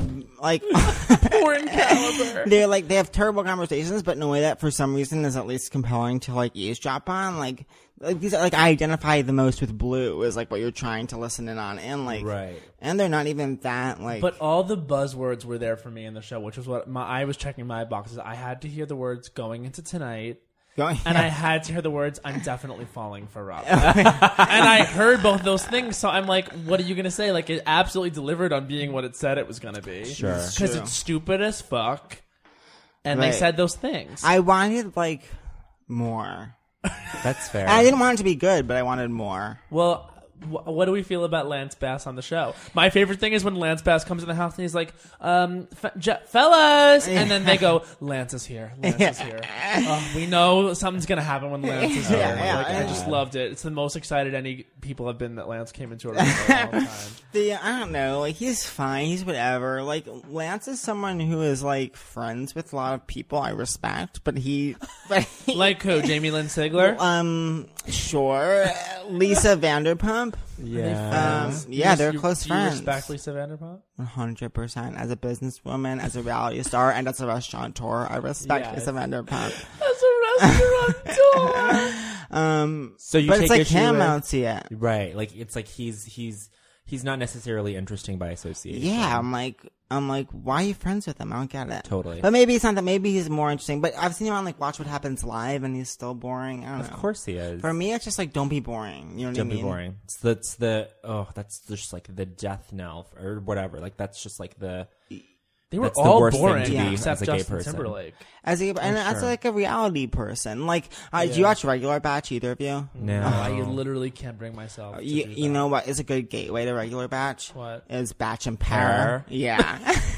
S4: like
S1: Porn caliber.
S4: they're like they have terrible conversations, but in a way that for some reason is at least compelling to like eavesdrop on. Like like these are, like I identify the most with blue is like what you're trying to listen in on and like
S3: Right.
S4: and they're not even that like
S1: But uh, all the buzzwords were there for me in the show, which was what my, I was checking my boxes. I had to hear the words going into tonight,
S4: going
S1: and I had to hear the words I'm definitely falling for Robin. and I heard both those things, so I'm like, what are you gonna say? Like it absolutely delivered on being what it said it was gonna be. Sure, because
S4: True.
S1: it's stupid as fuck, and they
S4: Right.
S1: said those things.
S4: I wanted like more.
S3: That's fair.
S4: I didn't want it to be good, but I wanted more.
S1: Well, wh- what do we feel about Lance Bass on the show? My favorite thing is when Lance Bass comes in the house and he's like, um, f- j- fellas, and then they go, Lance is here. Lance is here. Oh, we know something's going to happen when Lance is here.
S4: yeah,
S1: Like, I
S4: yeah.
S1: just loved it. It's the most excited any people have been that Lance came into a room in a long time.
S4: The I don't know, like he's fine, he's whatever. Like Lance is someone who is like friends with a lot of people I respect, but he, but he
S1: Like who? Jamie Lynn Sigler?
S4: um sure Lisa Vanderpump.
S3: yeah.
S4: Um,
S1: You
S4: yeah,
S1: res-
S4: they're
S1: you-
S4: close
S1: do You
S4: friends.
S1: respect Lisa Vanderpump?
S4: One hundred percent. As a businesswoman, as a reality star, and as a restaurateur, I respect
S1: Yes.
S4: Lisa Vanderpump.
S1: That's a restaurant
S4: Um,
S3: So you
S4: but
S3: take
S4: it's like
S3: issue
S4: him
S3: with-
S4: out yet.
S3: right. Like it's like he's he's he's not necessarily interesting by association.
S4: Yeah, I'm like, I'm like, why are you friends with him? I don't get it.
S3: Totally.
S4: But maybe it's not that. Maybe he's more interesting. But I've seen him on like Watch What Happens Live, and he's still boring. I don't
S3: Of
S4: know.
S3: course he is.
S4: For me, it's just like don't be boring. You know what
S3: Don't
S4: I mean?
S3: be boring. It's that's the oh, that's just like the death knell f- or whatever. Like that's just like the
S1: They were
S3: That's the
S1: all
S3: worst thing
S1: boring
S3: to
S4: be as
S1: except
S3: a gay
S1: Justin
S3: person.
S1: Timberlake.
S4: As a, and as like a reality person, like, uh, do you watch regular batch? Either of you? Uh,
S3: no.
S1: Oh, I literally can't bring myself. To
S4: You,
S1: do
S4: Uh, you
S1: that.
S4: know what is a good gateway to regular batch?
S1: What?
S4: is batch and pair?
S3: Pair.
S4: Yeah.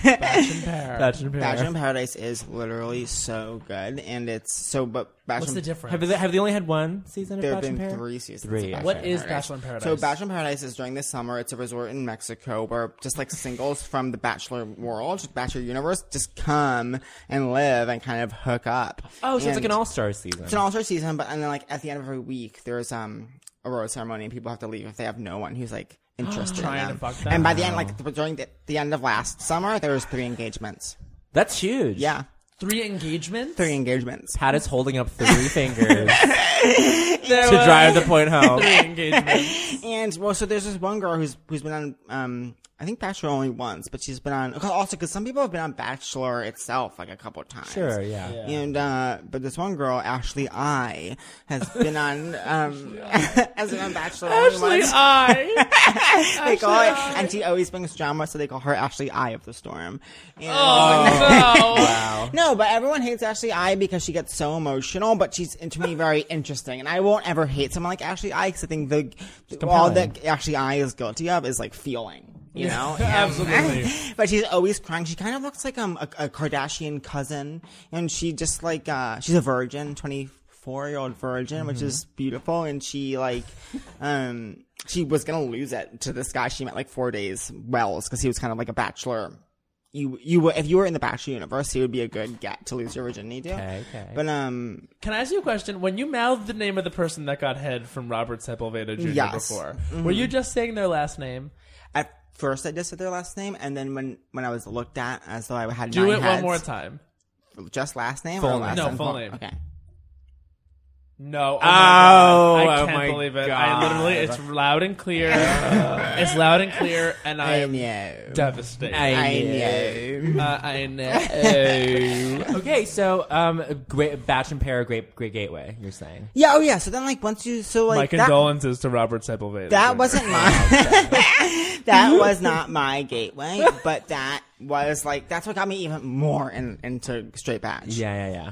S1: Batch and pair.
S4: Batch in Paradise is literally so good, and it's so. But Batch
S1: What's
S4: in-
S1: the difference?
S3: Have they, have they only had one season of
S4: There have
S3: Batch
S4: been
S3: and Pair?
S4: three seasons.
S3: Three,
S4: of
S3: yeah.
S4: Bachelor
S1: What
S4: in
S1: is
S4: Paradise.
S1: Bachelor in Paradise?
S4: So Bachelor in Paradise is during the summer. It's a resort in Mexico where just like singles from the Bachelor world, just Bachelor universe, just come and live and kind of hook up.
S3: Oh, so it's like an
S4: And-
S3: all star season.
S4: It's an all-star season, but and then like at the end of every week, there's um a rose ceremony, and people have to leave if they have no one who's like interested. in
S1: Trying to
S4: them.
S1: fuck them.
S4: and by the end, like th- during the, the end of last summer, there was three engagements.
S3: That's huge.
S4: Yeah,
S1: three engagements.
S4: three engagements.
S3: Pat is holding up three fingers to
S1: There were
S3: drive the point home.
S1: three engagements.
S4: And well, so there's this one girl who's who's been on um I think Bachelor only once, but she's been on also because some people have been on Bachelor itself like a couple of times.
S3: Sure, yeah.
S4: And uh, but this one girl, Ashley I, has been on um has been on Bachelor only
S1: Ashley,
S4: once.
S1: I.
S4: they call it, and she always brings drama, so they call her Ashley I of the Storm. And-
S1: Oh no.
S4: no, but everyone hates Ashley I because she gets so emotional, but she's to me very interesting. And I won't ever hate someone like Ashley I because I think the all that Ashley I is guilty of is like feeling. You know,
S1: absolutely.
S4: but she's always crying. She kind of looks like um, a, a Kardashian cousin, and she just like uh, she's a virgin, twenty four year old virgin, which is beautiful. And she like, um, she was gonna lose it to this guy she met like four days Wells because he was kind of like a bachelor you you were if you were in the Bachelor universe, he would be a good get to lose your virginity to.
S3: Okay, okay.
S4: But um,
S1: Can I ask you a question? When you mouthed the name of the person that got head from Robert Sepulveda Jr.
S4: Yes. Mm-hmm.
S1: before, were you just saying their last name?
S4: at first I just said their last name, and then when when I was looked at as though I had
S1: Do
S4: nine
S1: it
S4: heads,
S1: one more time.
S4: Just last name, or
S3: Full
S4: last
S1: name. No,
S4: name?
S1: full name.
S4: Okay.
S1: No.
S3: Oh,
S1: Oh, my God. I
S3: oh
S1: can't
S3: my
S1: believe it. I
S3: God.
S1: literally, it's loud and clear. it's loud and clear, and I am
S4: know.
S1: devastated.
S4: I know.
S1: Uh, I know.
S3: Okay, so um, great batch and pair, great, great gateway. You're saying
S4: Yeah. Oh, yeah. So then, like, once you, so
S1: My
S4: like that,
S1: condolences to Robert Sepulveda.
S4: that wasn't my, that was not my gateway, but that was like that's what got me even more in, into straight batch.
S3: yeah, yeah, yeah.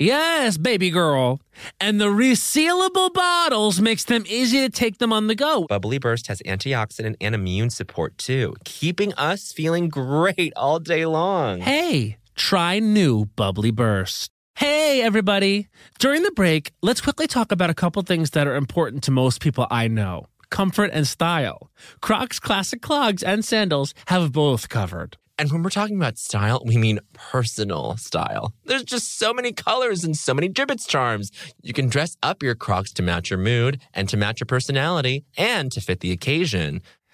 S5: Yes, baby girl. And the resealable bottles makes them easy to take them on the go.
S2: Bubbly Burst has antioxidant and immune support too, keeping us feeling great all day long.
S5: Hey, try new Bubbly Burst. Hey, everybody. During the break, let's quickly talk about a couple things that are important to most people I know comfort and style. Crocs classic clogs and sandals have both covered.
S2: And when we're talking about style, we mean personal style. There's just so many colors and so many gibbets charms. You can dress up your crocs to match your mood and to match your personality and to fit the occasion.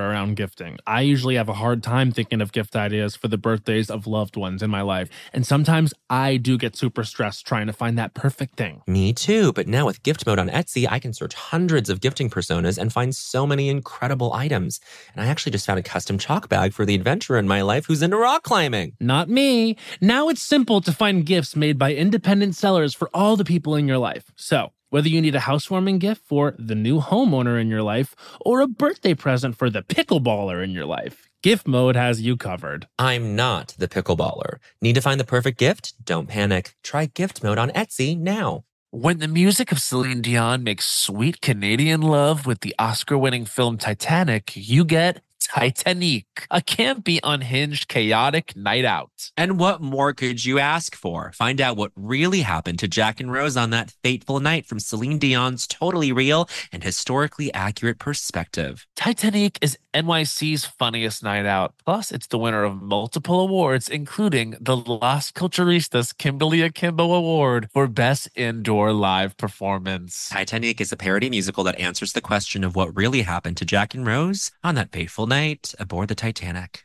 S5: around gifting. I usually have a hard time thinking of gift ideas for the birthdays of loved ones in my life. And sometimes I do get super stressed trying to find that perfect thing.
S2: Me too, but now with gift mode on Etsy, I can search hundreds of gifting personas and find so many incredible items. And I actually just found a custom chalk bag for the adventurer in my life who's into rock climbing.
S5: Not me. Now it's simple to find gifts made by independent sellers for all the people in your life. So, whether you need a housewarming gift for the new homeowner in your life or a birthday present for the pickleballer in your life, gift mode has you covered.
S2: I'm not the pickleballer. Need to find the perfect gift? Don't panic. Try gift mode on Etsy now.
S5: When the music of Celine Dion makes sweet Canadian love with the Oscar winning film Titanic, you get Titanic, a campy, unhinged, chaotic night out.
S2: And what more could you ask for? Find out what really happened to Jack and Rose on that fateful night from Celine Dion's totally real and historically accurate perspective.
S5: Titanic is NYC's funniest night out. Plus, it's the winner of multiple awards, including the Las Culturistas Kimberly Akimbo Award for Best Indoor Live Performance.
S2: Titanic is a parody musical that answers the question of what really happened to Jack and Rose on that fateful night aboard the Titanic.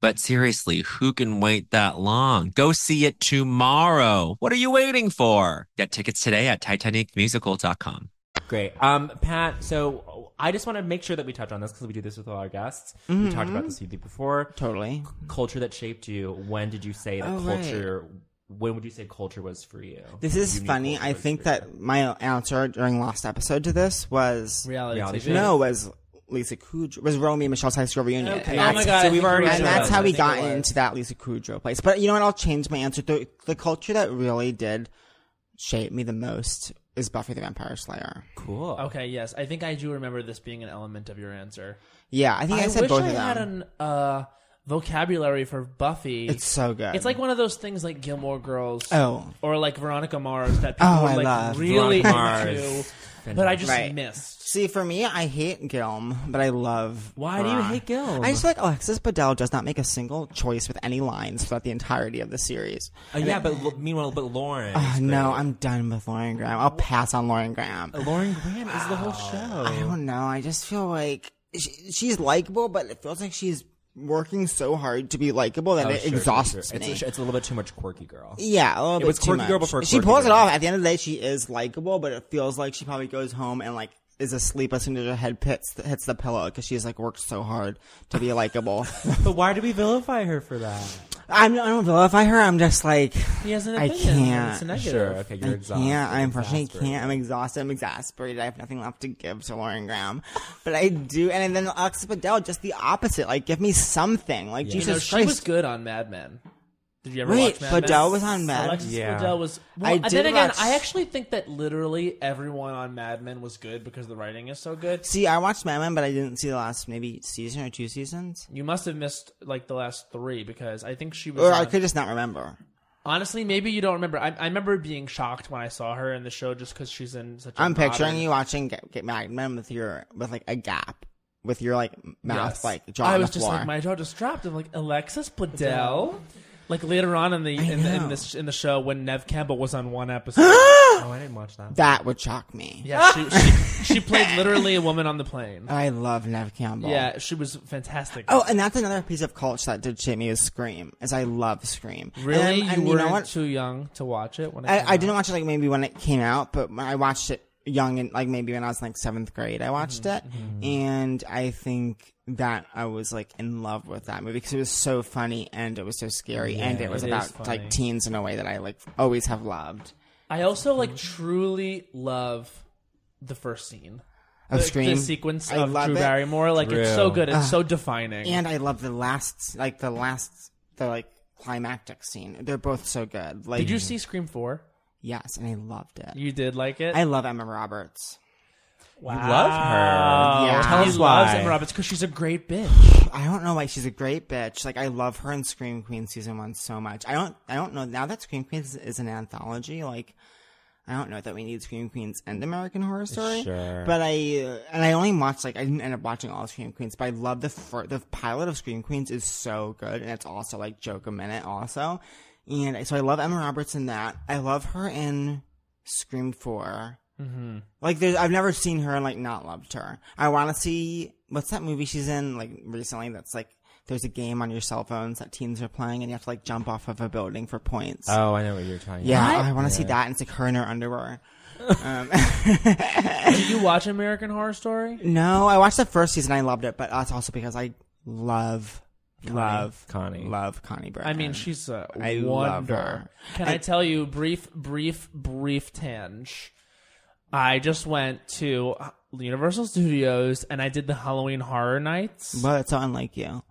S2: But seriously, who can wait that long? Go see it tomorrow. What are you waiting for? Get tickets today at TitanicMusical.com.
S3: Great. Um, Pat, so I just want to make sure that we touch on this because we do this with all our guests. We talked about
S4: Mm-hmm.
S3: this with you before.
S4: Totally.
S3: Culture that shaped you. When did you say that
S4: Oh, right.
S3: culture? When would you say culture was for you?
S4: This is
S3: Unique
S4: funny.
S3: culture
S4: I
S3: was
S4: think
S3: for you.
S4: that my answer during last episode to this was
S1: Reality,
S3: Reality
S1: TV.
S3: show.
S4: no was Lisa Kudrow was Romy and Michelle's high school reunion.
S1: Okay.
S4: And
S1: Oh
S4: that's,
S1: my God, I
S4: so we've
S1: think
S4: already,
S1: it was
S4: and that's
S1: Romy.
S4: how we
S1: I think
S4: got
S1: it was.
S4: into that Lisa Kudrow place. But you know what? I'll change my answer. The, the culture that really did shape me the most is Buffy the Vampire Slayer.
S3: cool.
S1: Okay, yes. I think I do remember this being an element of your answer.
S4: Yeah, I think I, said
S1: wish
S4: both
S1: I
S4: of them.
S1: had an uh, vocabulary for Buffy.
S4: It's so good.
S1: It's like one of those things like Gilmore Girls
S4: Oh.
S1: or like Veronica Mars that people
S4: Oh,
S1: were
S4: I
S1: like
S4: love
S1: really into,
S3: Veronica Mars.
S1: but I just
S4: Right.
S1: missed.
S4: See, for me, I hate Gilm, but I love.
S3: Why do you
S4: Veron.
S3: hate Gilm?
S4: I just feel like Alexis Bledel does not make a single choice with any lines throughout the entirety of the series.
S3: Uh, yeah, but l- meanwhile, but Lauren.
S4: Uh, no, I'm done with Lauren Graham. I'll pass on Lauren Graham.
S3: Lauren Graham is the whole show.
S4: Oh, I don't know. I just feel like she, she's likable, but it feels like she's working so hard to be likable that
S3: Oh,
S4: it
S3: sure, sure, sure.
S4: exhausts me. E
S3: It's, a, it's a little bit too much quirky girl.
S4: Yeah, a little bit
S3: was
S4: too
S3: quirky girl
S4: much.
S3: before
S4: She
S3: quirky
S4: pulls it
S3: girl.
S4: off. At the end of the day, she is likable, but it feels like she probably goes home and like is asleep as soon as her head hits hits the pillow because she's like worked so hard to be likable.
S3: But why do we vilify her for that?
S4: I'm, I don't vilify her. I'm just like
S1: He has an
S4: I
S1: opinion.
S4: can't.
S1: It's a negative.
S3: Sure, okay, you're exhausted.
S4: yeah, I
S3: You're
S4: unfortunately
S3: exasperated.
S4: can't. I'm exhausted. I'm exasperated. I have nothing left to give to Lauren Graham, but I do. And then Alexa Bedell, just the opposite. Like, give me something. Like
S1: You know,
S4: Jesus
S1: she
S4: Christ.
S1: was good on Mad Men. Did you ever
S4: Wait,
S1: watch Mad
S4: Bedell
S1: Men?
S4: was on Mad-
S1: Alexis
S3: Yeah.
S1: Bedell was. Well,
S4: I
S1: I
S4: did
S1: then again,
S4: watch-
S1: I actually think that literally everyone on Mad Men was good because the writing is so good.
S4: See, I watched Mad Men, but I didn't see the last maybe season or two seasons,
S1: You must have missed like the last three because I think she was.
S4: or I
S1: on-
S4: could just not remember.
S1: Honestly, maybe you don't remember. I, I remember being shocked when I saw her in the show just because she's in such. a
S4: I'm picturing
S1: modern-
S4: you watching Get, Get Mad Men with your with like a gap with your like mouth
S1: Yes.
S4: like jaw
S1: I
S4: on
S1: was
S4: the
S1: just
S4: floor.
S1: like my jaw just dropped. I'm like Alexis Bledel. Like later on in the in, the in this in the show when Nev Campbell was on one episode,
S3: Oh, I didn't watch that.
S4: that would shock me.
S1: yeah, she, she she played literally a woman on the plane.
S4: I love Nev Campbell.
S1: Yeah, she was fantastic.
S4: Oh, and that's another piece of culture that did shape me is Scream, is I love Scream.
S1: really?
S4: And, and
S1: you
S4: um, you
S1: were
S4: know what?
S1: too young to watch it when it came
S4: I, I
S1: out?
S4: didn't watch it like maybe when it came out, but when I watched it young and like maybe when I was in, like seventh grade, I watched
S1: Mm-hmm.
S4: it, and I think that I was like in love with that movie because it was so funny and it was so scary and it was
S1: it is
S4: about
S1: funny.
S4: like teens in a way that I like always have loved.
S1: I also
S4: Mm.
S1: like truly love the first scene
S4: Of
S1: the,
S4: Scream,
S1: the sequence
S4: I
S1: of
S4: love
S1: Drew
S4: it.
S1: Barrymore. Like it's
S3: Drew.
S1: so good. It's so defining.
S4: and I love the last like the last the like climactic scene. They're both so good. Like
S1: Did you see Scream Four?
S4: Yes, and I loved it.
S1: You did like it.
S4: I love Emma Roberts.
S1: wow.
S3: love her.
S4: Yeah. Tell
S1: he
S4: us
S1: loves
S3: why.
S1: Emma Roberts because she's a great bitch.
S4: I don't know why she's a great bitch. Like I love her in Scream Queen season one so much. I don't. I don't know now that Scream Queens is an anthology. Like I don't know that we need Scream Queens and American Horror Story.
S3: Sure.
S4: But I uh, and I only watched like I didn't end up watching all of Scream Queens, but I love the fir- the pilot of Scream Queens is so good, and it's also like joke a minute also, and so I love Emma Roberts in that. I love her in Scream Four.
S1: Mm-hmm.
S4: Like there's, I've never seen her and like not loved her. I want to see what's that movie she's in like recently. That's like there's a game on your cell phones that teens are playing and you have to like jump off of a building for points.
S3: Oh, I know what you're talking
S4: yeah,
S3: about.
S4: I want to see
S3: Yeah.
S4: that. And it's like her in her underwear. um,
S1: Did you watch American Horror Story?
S4: no, I watched the first season. I loved it, but that's also because I love, love,
S3: Connie.
S4: love Connie Britton.
S1: I mean, she's a
S4: I
S1: wonder.
S4: love her.
S1: Can I, tell you, brief, brief, brief tinge? I just went to Universal Studios and I did the Halloween Horror Nights.
S4: Well, it's so unlike you.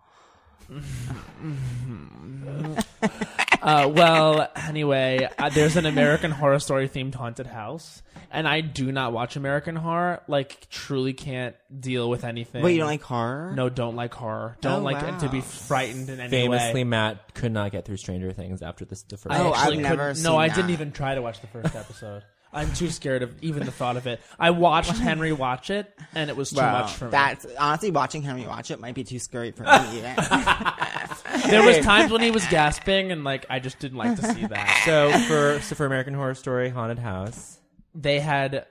S1: Uh, well, anyway, uh, there's an American Horror Story themed haunted house, and I do not watch American Horror. Like, truly can't deal with anything.
S4: Wait, you don't like horror?
S1: No, don't like horror. Don't
S4: Oh,
S1: like and to be
S4: wow.
S1: frightened in any
S3: Famously,
S1: way.
S3: Matt could not get through Stranger Things after this. The first.
S1: I
S4: Oh, I've
S1: actually
S4: never
S1: couldn't-
S4: seen
S1: No, I didn't
S4: that.
S1: even try to watch the first episode. I'm too scared of even the thought of it. I watched Henry watch it, and it was too
S4: Well,
S1: much for me.
S4: that's honestly watching Henry watch it might be too scary for me. even.
S1: There was times when he was gasping, and like I just didn't like to see that.
S3: so for so for American Horror Story, Haunted House.
S1: They had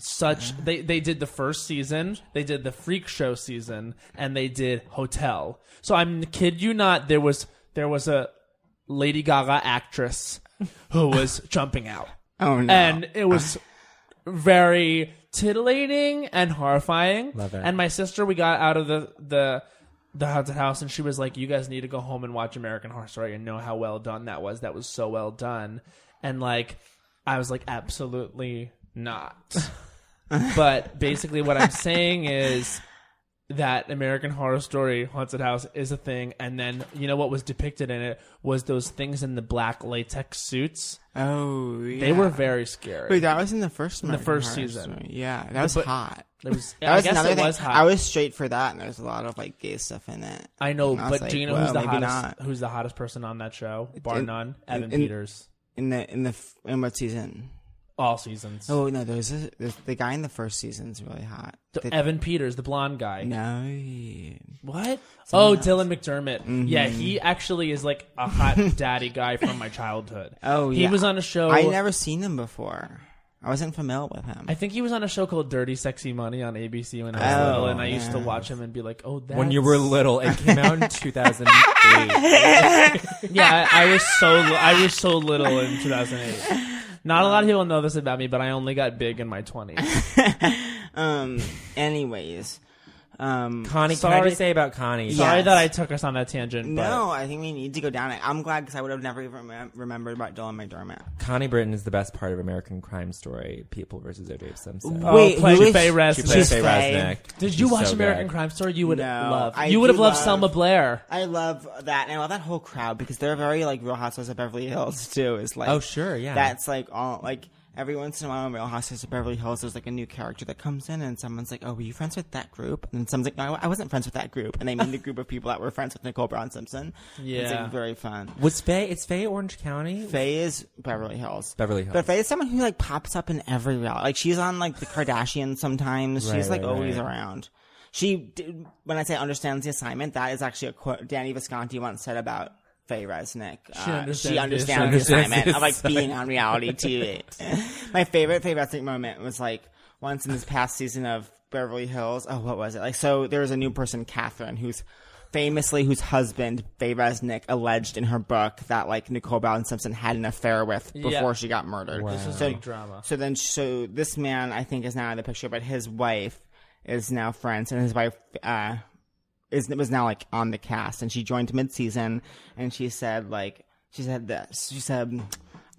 S1: such they they did the first season, they did the freak show season, and they did Hotel. So I'm kid you not, there was there was a Lady Gaga actress who was jumping out.
S4: oh no!
S1: and it was very titillating and horrifying.
S3: Love it.
S1: And my sister, we got out of the the the haunted house, and she was like, "You guys need to go home and watch American Horror Story and know how well done that was. That was so well done." And like, I was like, "Absolutely not." but basically, what I'm saying is. that American Horror Story haunted house is a thing, and then you know what was depicted in it was those things in the black latex suits.
S4: Oh, yeah.
S1: They were very scary.
S4: Wait, that was in the first one.
S1: the first season.
S4: Yeah, that was
S1: But-
S4: hot.
S1: It was,
S4: That
S1: I
S4: was
S1: guess
S4: another
S1: it
S4: thing.
S1: was hot.
S4: I was straight for that, and there's a lot of like gay stuff in it.
S1: I know,
S4: And I was
S1: but do
S4: like,
S1: you know
S4: well,
S1: who's the
S4: maybe
S1: hottest?
S4: not.
S1: Who's the hottest person on that show? Bar
S4: in-
S1: none, Evan
S4: in-
S1: Peters.
S4: In the in the f- in what season?
S1: All seasons.
S4: Oh no, there's, a, there's the guy in the first season's really hot.
S1: The-
S4: The-
S1: Evan Peters, the blonde guy.
S4: no,
S1: What? oh, Dylan McDermott. Yeah,
S4: Mm-hmm.
S1: he actually is like a hot daddy guy from my childhood.
S4: oh
S1: he
S4: yeah,
S1: was on a show.
S4: I never seen him before. I wasn't familiar with him.
S1: I think he was on a show called Dirty Sexy Money on ABC when I was
S4: Oh,
S1: little, and I used to
S4: yeah.
S1: watch him and be like, "Oh, that's...
S3: When you were little, it came out in 2008.
S1: yeah, I, I was so li- I was so little in 2008. Not a lot of people know this about me, but I only got big in my 20s.
S4: um. Anyways, um.
S3: Connie, can I
S1: Sorry.
S3: just say about Connie?
S4: Yeah.
S1: Sorry
S4: Yes.
S1: that I took us on that tangent. But
S4: No, I think we need to go down it. I'm glad because I would have never even remem- remembered about Dylan McDermott.
S3: Connie Britton is the best part of American Crime Story. People versus O.J. Simpson.
S1: Oh, play
S4: who is-
S1: Faye Resnick.
S3: She
S1: She's
S3: plays Faye
S4: Faye.
S3: Resnick.
S1: Did you
S3: She's
S1: watch
S3: so
S1: American
S3: good.
S1: Crime Story? You would
S4: No,
S1: love.
S4: I
S1: you would have
S4: do
S1: loved
S4: love-
S1: Selma Blair.
S4: I love that, and I love that whole crowd because they're very like Real Housewives of Beverly Hills too. Is like,
S3: Oh, sure, yeah.
S4: That's like all like every once in a while in Real Housewives of Beverly Hills, there's like a new character that comes in, and someone's like, "Oh, were you friends with that group?" And then someone's like, "No, I I wasn't friends with that group," and they mean the group of people that were friends with Nicole Brown Simpson. it's
S1: Yeah.
S4: like very fun.
S3: Was Faye? It's Faye Orange County.
S4: Faye is Beverly Hills.
S3: Beverly Hills.
S4: But Faye is someone who like pops up in every reality. Like she's on like the Kardashians sometimes. she's like
S3: right,
S4: always
S3: right.
S4: around. She did, when I say understands the assignment, that is actually a quote Danny Visconti once said about Faye Resnick. Uh, She
S1: understands the
S4: understands the
S3: assignment.
S4: assignment of like being on reality TV. My favorite Faye Resnick moment was like once in this past season of Beverly Hills. Oh, what was it? Like so there was a new person, Catherine, who's famously whose husband Faye Resnick alleged in her book that like Nicole Brown Simpson had an affair with before
S1: Yeah.
S4: she got murdered.
S1: This is
S4: So-
S1: big drama.
S4: so then, so this man, I think, is now in the picture, but his wife is now friends, and his wife uh, is was now like on the cast, and she joined mid season, and she said like she said this, she said.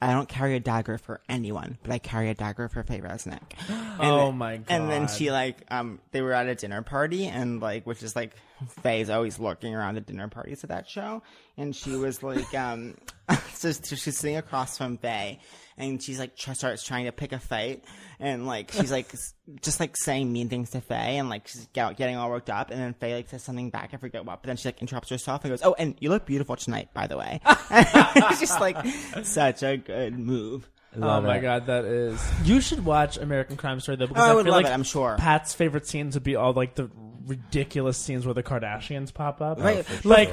S4: I don't carry a dagger for anyone, but I carry a dagger for Faye Resnick. And,
S1: Oh my god!
S4: And then she like, um, they were at a dinner party, and like, which is like, Faye's always lurking around at dinner parties at that show, and she was like, um, so so she's sitting across from Faye, and she's like, tr- starts trying to pick a fight, and like, she's like, s- just like saying mean things to Faye, and like, she's get- getting all worked up, and then Faye like says something back, I forget what, but then she like interrupts herself and goes, oh, and you look beautiful tonight, by the way. it's just like such a good move.
S1: oh my god, that is. You should watch American Crime Story though, because
S4: Oh, I
S1: I,
S4: would
S1: feel
S4: love
S1: like
S4: it, I'm sure.
S1: Pat's favorite scenes would be all like the ridiculous scenes where the Kardashians pop up.
S4: Right.
S1: Like,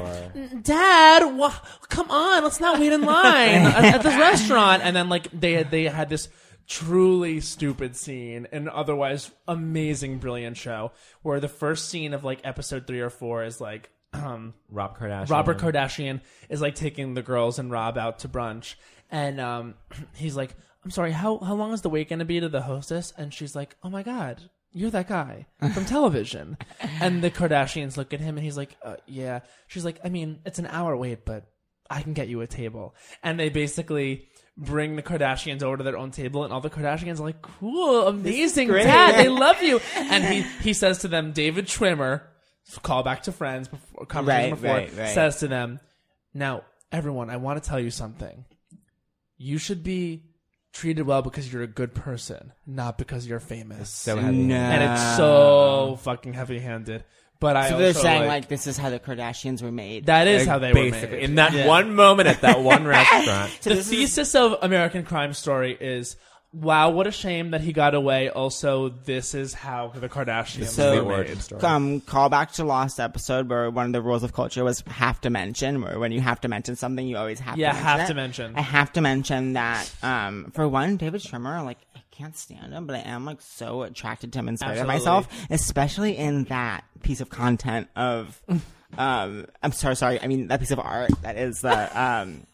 S1: Dad, wha- come on, let's not wait in line at, at this restaurant. And then like they had they had this truly stupid scene an otherwise amazing brilliant show where the first scene of like episode three or four is like um
S3: Rob Kardashian.
S1: Robert Kardashian is like taking the girls and Rob out to brunch, and um, he's like, "I'm sorry, how how long is the wait gonna be to the hostess?" And she's like, "Oh my god, you're that guy from television." and the Kardashians look at him, and he's like, uh, "Yeah." She's like, "I mean, it's an hour wait, but I can get you a table." And they basically. Bring the Kardashians over to their own table, and all the Kardashians are like, "Cool, amazing,
S4: great."
S1: Dad, they love you." And he he says to them, "David Schwimmer, call back to friends before conversation
S4: Right,
S1: before
S4: right, right.
S1: says to them, "Now, everyone, I want to tell you something. You should be treated well because you're a good person, not because you're famous."
S3: So heavy.
S1: and it's so fucking heavy-handed. But I
S4: So they're
S1: also,
S4: saying like,
S1: like,
S4: this is how the Kardashians were made.
S1: that is how they were
S3: Basically,
S1: made.
S3: in that one moment at that one restaurant.
S4: so
S1: the
S4: this is,
S1: thesis of American Crime Story is. Wow, what a shame that he got away. Also, this is how the Kardashians
S4: So-
S1: were made.
S4: um call back to last episode where one of the rules of culture was have to mention where when you have to mention something you always have
S1: Yeah,
S4: to mention
S1: have
S4: it.
S1: to mention.
S4: I have to mention that um for one David Schwimmer like I can't stand him but I am like so attracted to him in spite
S1: Absolutely.
S4: of myself especially in that piece of content of um I'm sorry sorry I mean that piece of art that is the um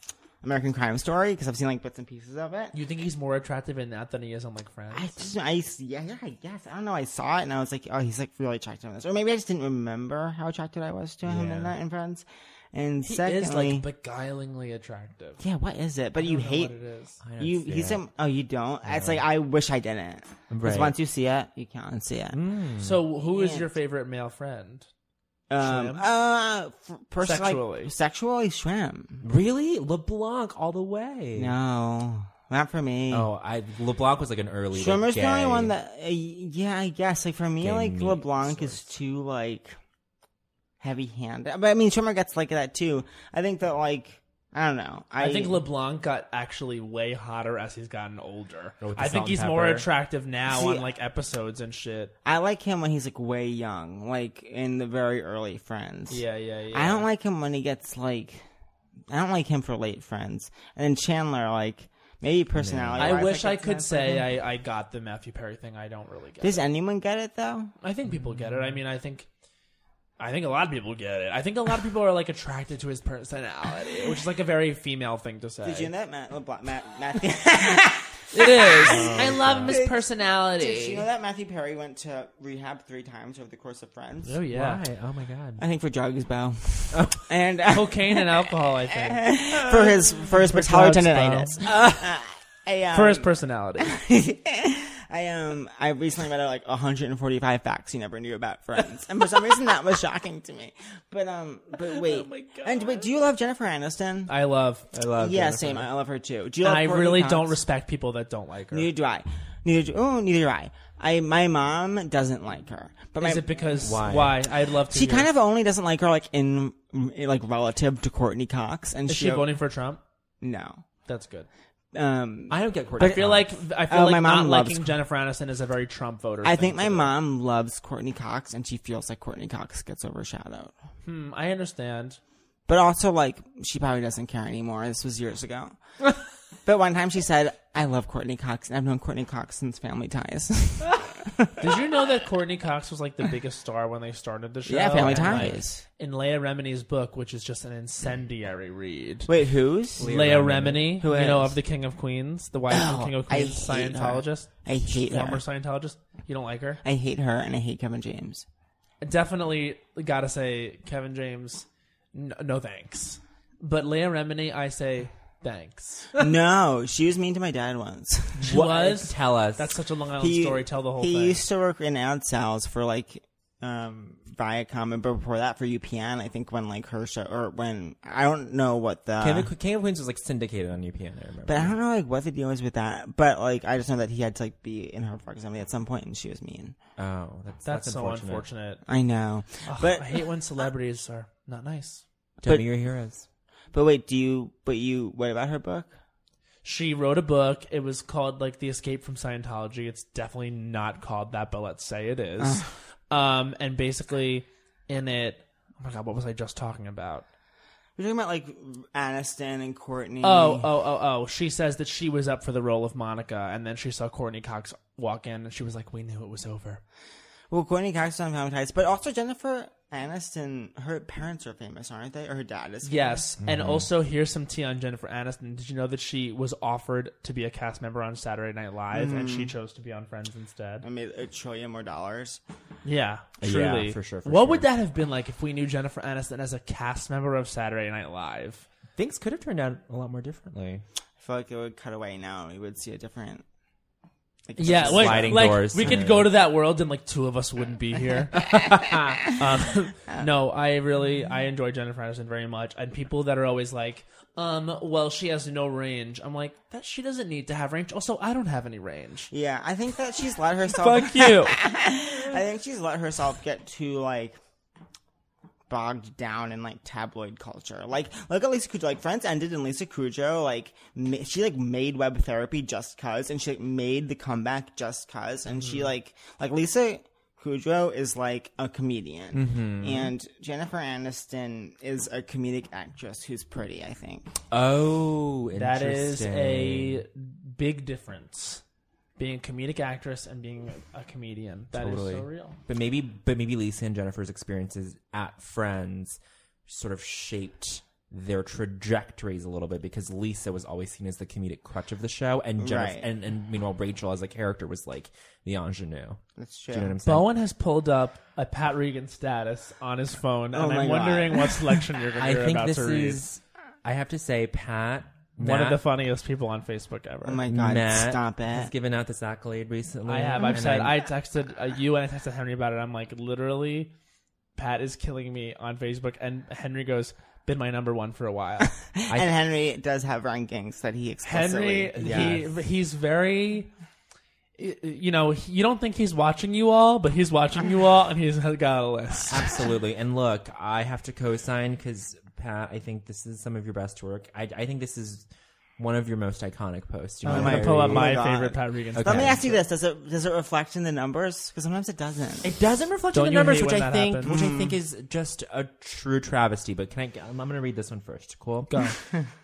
S4: American Crime Story because I've seen like bits and pieces of it.
S1: You think he's more attractive in that than he is on like Friends?
S4: I just, I s- yeah, yeah, I guess. I don't know. I saw it and I was like, oh, he's like really attractive in this, or maybe I just didn't remember how attracted I was to him in that in Friends. And
S1: he
S4: secondly,
S1: is like beguilingly attractive.
S4: yeah, what is it? But you hate
S1: What it is.
S4: you. He's some. Oh, you don't. It's like I wish I didn't. Because
S3: Right.
S4: once you see it, you can't see it.
S1: Mm-hmm.
S3: Hmm.
S1: So who is your favorite male friend?
S4: Um, uh, f- person, like,
S1: Sexually.
S4: sexually shrimp.
S3: Really? LeBlanc all the way.
S4: No, not for me.
S3: Oh, I LeBlanc was like an early. like,
S4: Swimmer's the only
S3: gay-
S4: one that, uh, yeah, I guess. Like for me,
S3: Gay
S4: like
S3: meat
S4: LeBlanc is too like heavy-handed. But I mean, Swimmer gets like that too. I think that like I don't know. I,
S1: I, think LeBlanc got actually way hotter as he's gotten older.
S3: Oh, with the
S1: I
S3: salt
S1: think
S3: and
S1: he's more
S3: pepper.
S1: attractive now
S4: See,
S1: on like episodes and shit.
S4: I like him when he's like way young, like in the very early Friends.
S1: Yeah, yeah, yeah.
S4: I don't like him when he gets like. I don't like him for late Friends. And then Chandler, like maybe personality.
S1: I wish I could say I, I got the Matthew Perry thing. I don't really get. it.
S4: Does anyone get it though?
S1: I think people get it.
S4: Mm.
S1: I mean, I think, I think a lot of people get it. I think a lot of people are like attracted to his personality, which is like a very female thing to say.
S4: Did you know that Matt LeBlanc, Matt, Matthew?
S1: It is. I love him his personality.
S4: Did you know that Matthew Perry went to rehab three times over the course of Friends?
S1: Oh yeah,
S3: Why? Oh my god.
S4: I think for drugs, Bo.
S1: Oh.
S4: and uh,
S1: cocaine and alcohol. I think
S4: for his for his patellar
S1: drugs, Bo.
S4: tendonitis. I um,
S1: for his personality.
S4: I um I recently read uh, like 145 facts you never knew about Friends, and for some reason that was shocking to me. But um, but wait, and but do you love Jennifer Aniston?
S1: Oh I love. I love.
S4: yeah,
S1: Jennifer.
S4: same. I love her too. Do you? Love
S1: And I
S4: Courtney
S1: really
S4: Cox?
S1: don't respect people that don't like her.
S4: Neither do I. Neither do. Oh, neither do I. I my mom doesn't like her, but
S1: Is
S4: my
S1: it because why?
S3: Why?
S1: I'd love to.
S4: She
S1: hear.
S4: kind of only doesn't like her like in like relative to Courtney Cox, and
S1: is
S4: she
S1: she voting for Trump?
S4: no.
S1: That's good.
S4: Um,
S3: I don't get Courtney.
S1: I feel like I feel
S4: Oh,
S1: like
S4: my mom
S1: not
S4: loves
S1: liking Jennifer Aniston is a very Trump voter.
S4: I
S1: thing
S4: think
S1: to
S4: my
S1: do.
S4: mom loves Courtney Cox, and she feels like Courtney Cox gets overshadowed.
S1: Hmm, I understand.
S4: But also, like she probably doesn't care anymore. This was years ago. but one time she said, "I love Courtney Cox, and I've known Courtney Cox since Family Ties."
S1: Did you know that Courtney Cox was like the biggest star when they started the show?
S4: yeah, Family
S1: Oh, And, like,
S4: Ties.
S1: in Leah Remini's book, which is just an incendiary read.
S4: Wait, who's?
S1: Leah Remini,
S4: Who
S1: you know
S4: is?
S1: of the King of Queens, the wife of
S4: Oh,
S1: the King of
S4: I
S1: Queens,
S4: hate her.
S1: Scientologist,
S4: I hate
S1: former
S4: her.
S1: Scientologist. You don't like her?
S4: I hate her, and I hate Kevin James.
S1: Definitely gotta say, Kevin James, no, no thanks. But Leah Remini, I say thanks.
S4: no, she was mean to my dad once.
S1: She
S3: What?
S1: was.
S3: Tell us.
S1: That's such a Long Island
S4: He-
S1: story. Tell the whole
S4: he
S1: thing.
S4: used to work in ad sales for like um Viacom and before that for UPN, I think when like her show or when I don't know what the
S3: King of, King of Queens was like syndicated on UPN. I remember.
S4: Uh, but I don't know like what the deal is with that. But like I just know that he had to like be in her proximity at some point and she was mean.
S3: oh, that's,
S1: That's, so
S3: unfortunate.
S1: unfortunate.
S4: I know.
S1: Ugh,
S4: But-
S1: I hate when celebrities are not nice.
S3: Tell
S4: But-
S3: me your heroes.
S4: But wait, do you but you what about her book?
S1: She wrote a book. It was called like The Escape from Scientology. It's definitely not called that, but let's say it is.
S4: Uh.
S1: um, and basically, in it, oh my god, what was I just talking about?
S4: We're talking about like Aniston and Courtney.
S1: Oh,
S3: Mm-hmm.
S1: oh, oh, oh. She says that she was up for the role of Monica, and then she saw Courtney Cox walk in, and she was like, "We knew it was over."
S4: Well Courtney Cox is on Family Ties, but also Jennifer Aniston, her parents are famous, aren't they? Or her dad is famous.
S1: Yes, and
S3: Mm-hmm.
S1: also here's some tea on Jennifer Aniston. Did you know that she was offered to be a cast member on Saturday Night Live, and
S3: Mm.
S1: she chose to be on Friends instead?
S4: I made a trillion more dollars.
S1: Yeah,
S3: Yeah,
S1: truly.
S3: for sure, for
S1: what
S3: sure.
S1: would that have been like if we knew Jennifer Aniston as a cast member of Saturday Night Live?
S3: Things could have turned out a lot more differently.
S4: I feel like it would cut away now. We would see a different. Like,
S1: Yeah,
S4: just
S1: like,
S3: sliding
S1: like,
S3: doors.
S1: we could go to that world and like two of us wouldn't be here. um, no, I really I enjoy Jennifer Aniston very much, and people that are always like, um, well, she has no range. I'm like, that she doesn't need to have range. Also, I don't have any range.
S4: yeah, I think that she's let herself.
S1: Fuck you.
S4: I think she's let herself get too like bogged down in like tabloid culture. Like, look at Lisa Kudrow. Like, Friends ended, and Lisa Kudrow like ma- she like made web therapy just cause, and she like made the comeback just cause, and
S3: Mm-hmm.
S4: she like like Lisa. Kudrow is like a comedian,
S3: Mm-hmm.
S4: and Jennifer Aniston is a comedic actress who's pretty. I think.
S3: Oh,
S1: That is
S3: interesting.
S1: a big difference. Being a comedic actress and being a comedian. That is
S3: Totally.
S1: so real.
S3: But maybe, but maybe Lisa and Jennifer's experiences at Friends sort of shaped their trajectories a little bit because Lisa was always seen as the comedic crutch of the show, and Jennifer,
S4: Right.
S3: and, and meanwhile Rachel as a character was like the ingenue.
S4: That's
S3: Do you know what
S4: true.
S3: I'm saying?
S1: Bowen has pulled up a Pat Regan status on his phone,
S4: Oh
S1: and
S4: my
S1: I'm
S4: God.
S1: wondering what selection you're going
S3: I
S1: to
S3: think
S1: about
S3: this
S1: to read.
S3: is. I have to say, Pat,
S1: One of
S3: Matt-
S1: the funniest people on Facebook ever.
S4: Oh my god,
S3: Matt
S4: stop
S3: Has
S4: it.
S3: given out this accolade recently.
S1: I have. I've
S3: and
S1: said.
S3: I-
S1: I texted uh, you and I texted Henry about it. I'm like, literally, Pat is killing me on Facebook, and Henry goes, "Been my number one for a while."
S4: and Henry does have rankings that he explicitly.
S1: Henry, he he's very. y- You know, he- you don't think he's watching you all, but he's watching you all, and he's got a list.
S3: Absolutely. And look, I have to co-sign because Pat, I think this is some of your best work. I, I think this is one of your most iconic posts. You
S1: I'm
S3: might
S1: gonna
S3: very-
S1: pull up
S4: Oh
S1: uh, my
S4: my God.
S1: favorite Pat Regan.
S3: Okay.
S1: stuff.
S4: Let me ask you this: Does it does it reflect in the numbers? Because sometimes it doesn't.
S3: It doesn't reflect
S1: Don't
S3: on the
S1: you
S3: numbers,
S1: hate
S3: which
S1: when
S3: I
S1: that
S3: think,
S1: happens? Mm.
S3: which I think is just a true travesty. But can I? I'm, I'm going to read this one first. Cool. Go.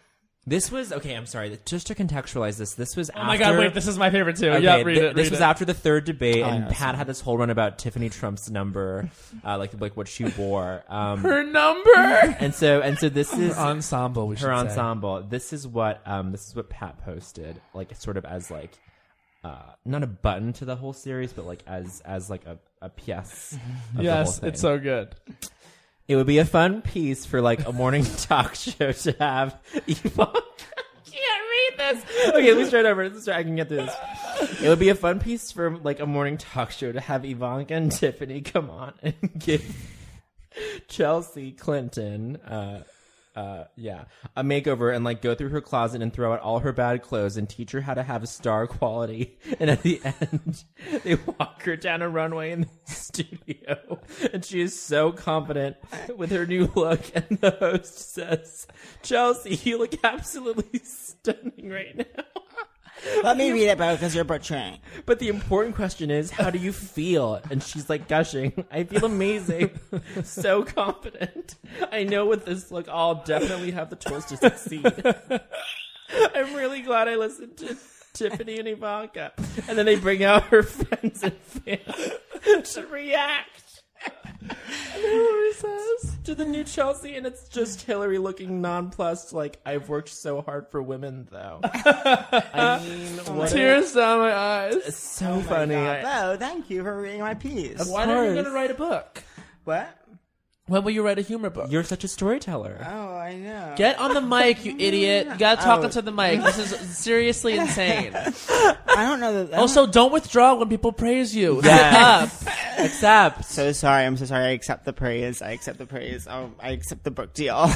S3: this was okay. I'm sorry. Just to contextualize this, this was.
S1: Oh my god! Wait, this is my favorite too. yeah, read
S3: thi-
S1: it.
S3: this
S1: read
S3: was
S1: it. Oh,
S3: after the third debate, and
S4: yeah,
S3: Pat had this whole run about Tiffany Trump's number, uh, like like what she wore. Um,
S1: her number.
S3: and so and so this is
S1: ensemble. We should
S3: her
S1: say.
S3: ensemble. This is what um this is what Pat posted, like sort of as like uh not a button to the whole series, but like as as like a a piece. of the whole
S1: Yes,
S3: thing.
S1: it's so good.
S3: It would be a fun piece for like a morning talk show to have Yvonne. I can't read this. Okay, let me start over. Let's start. I can get through this. It would be a fun piece for like a morning talk show to have Ivanka and Tiffany come on and give Chelsea Clinton, uh, uh, yeah, a makeover and like go through her closet and throw out all her bad clothes and teach her how to have a star quality. And at the end, they walk her down a runway in the studio, and she is so confident with her new look. And the host says, "Chelsea, you look absolutely stunning right now."
S4: Let me read it, because you're butchering.
S3: But the important question is, how do you feel? And she's like gushing. I feel amazing. so confident. I know with this look, I'll definitely have the tools to succeed. I'm really glad I listened to Tiffany and Ivanka. And then they bring out her friends and fans to react. And Hillary says to the new Chelsea, and it's just Hillary looking nonplussed, like, I've worked so hard for women, though. I mean, what a-
S1: Tears down my eyes.
S3: so funny.
S4: Oh God,
S3: I-
S4: Bo, thank you for reading my piece.
S1: Why are you going to write a book?
S4: What?
S1: When will you write a humor book?
S3: You're such a storyteller.
S4: Oh, I know. Oh,
S1: Get on the mic, you idiot. You gotta talk into the mic. This is seriously insane.
S4: I don't know that.
S1: Also, don't withdraw when people praise you.
S3: Yes.
S1: Shut up.
S3: Except
S4: so sorry. I'm so sorry. I accept the praise. I accept the praise. Oh, I accept the book deal.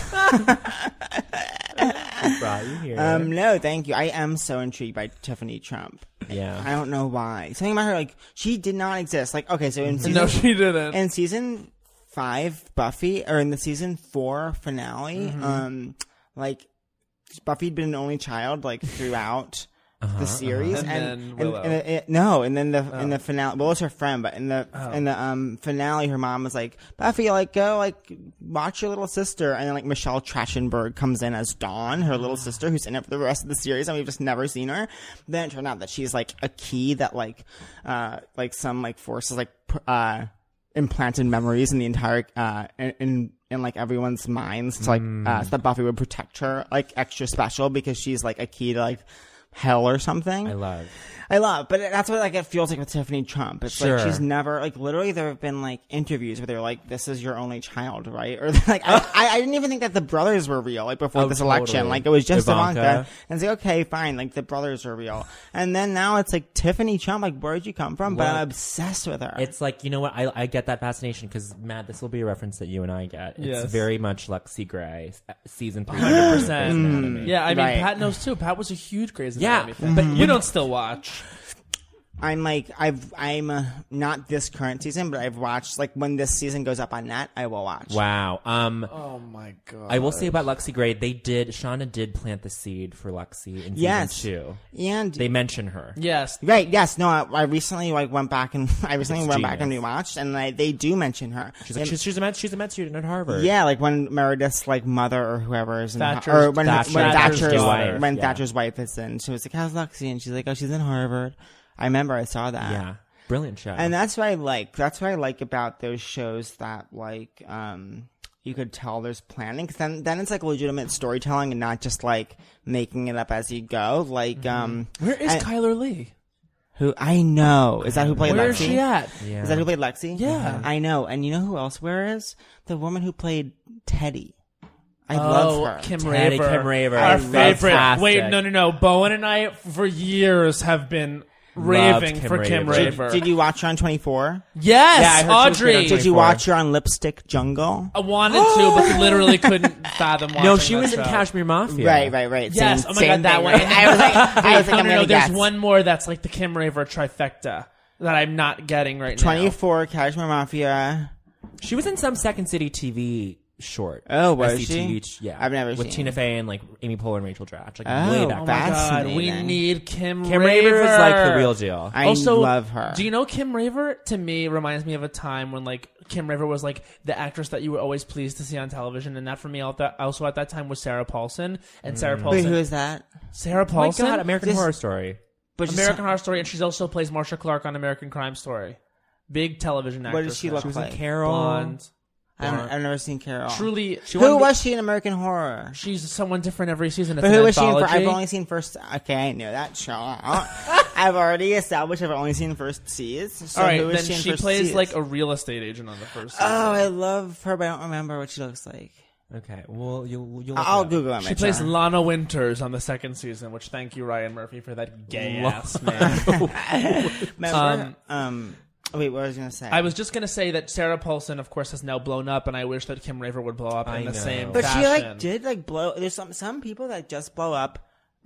S3: brought you here.
S4: um, no, thank you. I am so intrigued by Tiffany Trump. I
S3: yeah.
S4: don't know why. Something about her, like she did not exist. Like, okay, so in season,
S1: Mm-hmm. No, she didn't.
S4: in season five, Buffy, or in the season four finale,
S1: Mm-hmm.
S4: um, like Buffy'd been an only child like throughout the series,
S1: And then Willow.
S4: and, and it- no, and then the in the finale, Willow's her friend, but in the in the um finale, her mom was like, Buffy, like go like watch your little sister, and then like Michelle Trachtenberg comes in as Dawn, her little sister, who's in it for the rest of the series, and we've just never seen her. Then it turned out that she's like a key that like uh like some like forces like pr- uh implanted memories in the entire uh in, in in like everyone's minds to like uh so that Buffy would protect her like extra special because she's like a key to like hell or something.
S3: I love.
S4: I love, but that's what like it feels like with Tiffany Trump. It's
S3: Sure.
S4: like she's never like literally there have been like interviews where they're like, "This is your only child," right? Or like I, I, I didn't even think that the brothers were real like before
S3: Oh,
S4: this
S3: totally.
S4: election. Like it was just Ivanka.
S3: Ivanka.
S4: and it's like okay, fine, like the brothers are real, and then now it's like Tiffany Trump. Like where'd you come from? But I'm
S3: What?
S4: obsessed with her.
S3: It's like, you know what? I, I get that fascination because, Matt, this will be a reference that you and I get. It's
S1: Yes.
S3: very much Lexi Gray, uh, season 3.
S1: 100%.
S3: Anatomy. Mm-hmm.
S1: Yeah, I mean,
S4: Right.
S1: Pat knows too. Pat was a huge Grey's
S3: Yeah,
S1: Anatomy fan. But you don't still watch.
S4: I'm like I've I'm uh, not this current season, but I've watched like when this season goes up on net, I will watch.
S3: Wow. Um,
S1: Oh my god.
S3: I will say about Lexi Gray, they did, Shauna did plant the seed for Lexi in
S4: Yes.
S3: season 2.
S4: And
S3: They mention her.
S1: Yes.
S4: Right. Yes. No. I, I recently like went back and I recently
S3: It's
S4: went back and
S3: genius.
S4: rewatched, and like they do mention her.
S3: She's like,
S4: And-
S3: she's, she's, a med, she's a med student at Harvard.
S4: yeah, like when Meredith's like mother or whoever is in the,
S1: Thatcher's-
S4: or when
S3: Thatcher-
S4: when
S3: Thatcher's
S4: Thatcher's,
S3: wife,
S4: when
S3: yeah.
S4: Thatcher's wife is in, she was like, "How's Lexi?" and she's like, "Oh, she's in Harvard." I remember I saw that.
S3: Yeah.
S4: uh,
S3: Brilliant show.
S4: And that's what I like. That's what I like about those shows that like um you could tell there's planning. 'Cause then, then it's like legitimate storytelling and not just like making it up as you go. Like,
S1: Mm-hmm.
S4: um,
S1: Where is
S4: I-
S1: Kyler Lee?
S4: who I know is that who played
S1: Where
S4: Lexi?
S1: is she at?
S4: Is that who played Lexi? Uh-huh.
S1: Yeah.
S4: I know. And you know who else? Where is the woman who played Teddy? I love her.
S1: Oh, Kim
S3: Teddy
S1: Raver.
S3: Kim Raver.
S1: Our
S3: Fantastic.
S1: favorite. Wait, no, no, no. Bowen and I, for years, have been
S3: Loved
S1: raving
S3: Kim
S1: for Kim
S3: Raver.
S1: Raver.
S4: Did you watch her on Twenty Four?
S1: yes,
S3: Yeah, I heard she was great on
S1: Audrey.
S3: Twitter.
S4: Did you
S3: 24.
S4: watch her on Lipstick Jungle?
S1: I wanted to, but literally couldn't fathom watching
S3: No, she
S1: that
S3: was in
S1: show.
S3: Cashmere Mafia.
S4: Right, right, right.
S1: Yes.
S4: Same-
S1: oh my
S4: same
S1: god, that
S4: thing,
S1: one.
S4: right? I was like, I was like,
S1: no,
S4: I'm
S1: no,
S4: gonna
S1: no,
S4: guess.
S1: There's one more that's like the Kim Raver trifecta that I'm not getting right
S4: Twenty
S1: now.
S4: Four, Cashmere Mafia.
S3: She was in some Second City TV short.
S4: Oh, was
S3: SCTV,
S4: she?
S3: Yeah,
S4: I've never
S3: with
S4: seen
S3: Tina
S4: it.
S3: Fey and like Amy Poehler and Rachel Dratch. Like
S4: Oh,
S3: way back.
S1: Oh my
S3: then.
S1: god, we
S4: Fascinating.
S1: need Kim,
S3: Kim Raver is like the real deal. Oh,
S4: I
S1: also,
S4: love her.
S1: Do you know Kim Raver? To me, reminds me of a time when like Kim Raver was like the actress that you were always pleased to see on television, and that for me al- that- also at that time was Sarah Paulson. And Sarah
S4: Mm. Wait,
S1: Paulson,
S4: who is that?
S1: Sarah
S3: oh my
S1: Paulson,
S3: god, American
S4: This-
S3: Horror Story.
S4: But just-
S1: American Horror Story, and she's also plays Marsha Clark on American Crime Story. Big television actress.
S4: What does she
S1: now.
S4: look
S1: was
S4: like?
S3: Carol.
S1: Blonde.
S4: I don't, I've never seen Carol.
S1: Truly, she
S4: who
S1: won-
S4: was she in American Horror?
S1: She's someone different every season. It's
S4: But
S1: an
S4: who was she in? For, I've
S1: anthology.
S4: only seen first. Okay, I knew that show. I've already established. I've only seen first seas. So
S1: All right,
S4: who was
S1: then
S4: she in
S1: she
S4: first
S1: plays
S4: seas?
S1: like a real estate agent on the first season.
S4: Oh, I love her, but I don't remember what she looks like.
S3: Okay, well you'll you'll. look
S4: I'll
S3: it up.
S4: Google image.
S1: She plays
S4: her.
S1: Lana Winters on the second season, which thank you, Ryan Murphy, for that gay ass name.
S4: Remember? Um, oh, wait, what was I gonna say?
S1: I was just gonna say that Sarah Paulson, of course, has now blown up, and I wish that Kim Raver would blow up in
S3: I
S1: the
S3: know.
S1: same.
S4: but
S1: fashion.
S4: she like did like blow. There's some some people that just blow up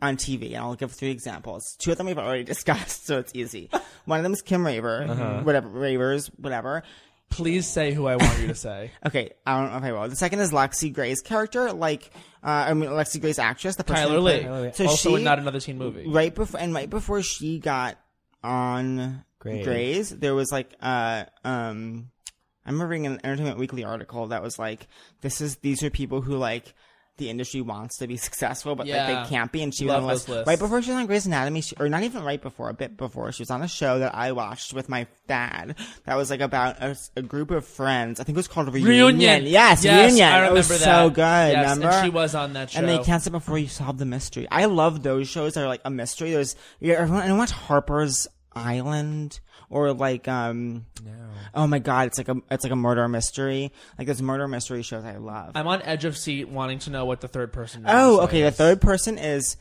S4: on TV, and I'll give three examples. Two of them we've already discussed, so it's easy. One of them is Kim Raver,
S1: Uh-huh.
S4: whatever Ravers, whatever.
S1: Please say who I want you to say.
S4: Okay, I don't know if I will. The second is Lexi Gray's character, like uh, I mean Lexi Gray's actress, the person
S1: Tyler
S4: who
S1: Lee,
S4: played- So
S1: also
S4: she
S1: in not another teen movie.
S4: right before and right before she got on
S3: Grays.
S4: Grays, there was like uh um I remember reading an Entertainment Weekly article that was like this is these are people who like the industry wants to be successful but like,
S1: Yeah.
S4: they can't be and she
S1: Love
S4: was
S1: those
S4: on a
S1: lists.
S4: list. right before she was on Grey's Anatomy she, or not even right before a bit before she was on a show that I watched with my dad that was like about a, a group of friends I think it was called Reunion, yes, Reunion
S1: I remember
S4: it was
S1: that.
S4: so good
S1: Yes,
S4: remember
S1: and she was on that show.
S4: and they cancel before you solve the mystery. I love those shows that are like a mystery. There's yeah, everyone. Anyone watch Harper's Island or like um. Oh my god, it's like a it's like a murder mystery. Like there's murder mystery shows I love.
S1: I'm on edge of seat, wanting to know what the third person.
S4: oh,
S1: is.
S4: okay. The third person is,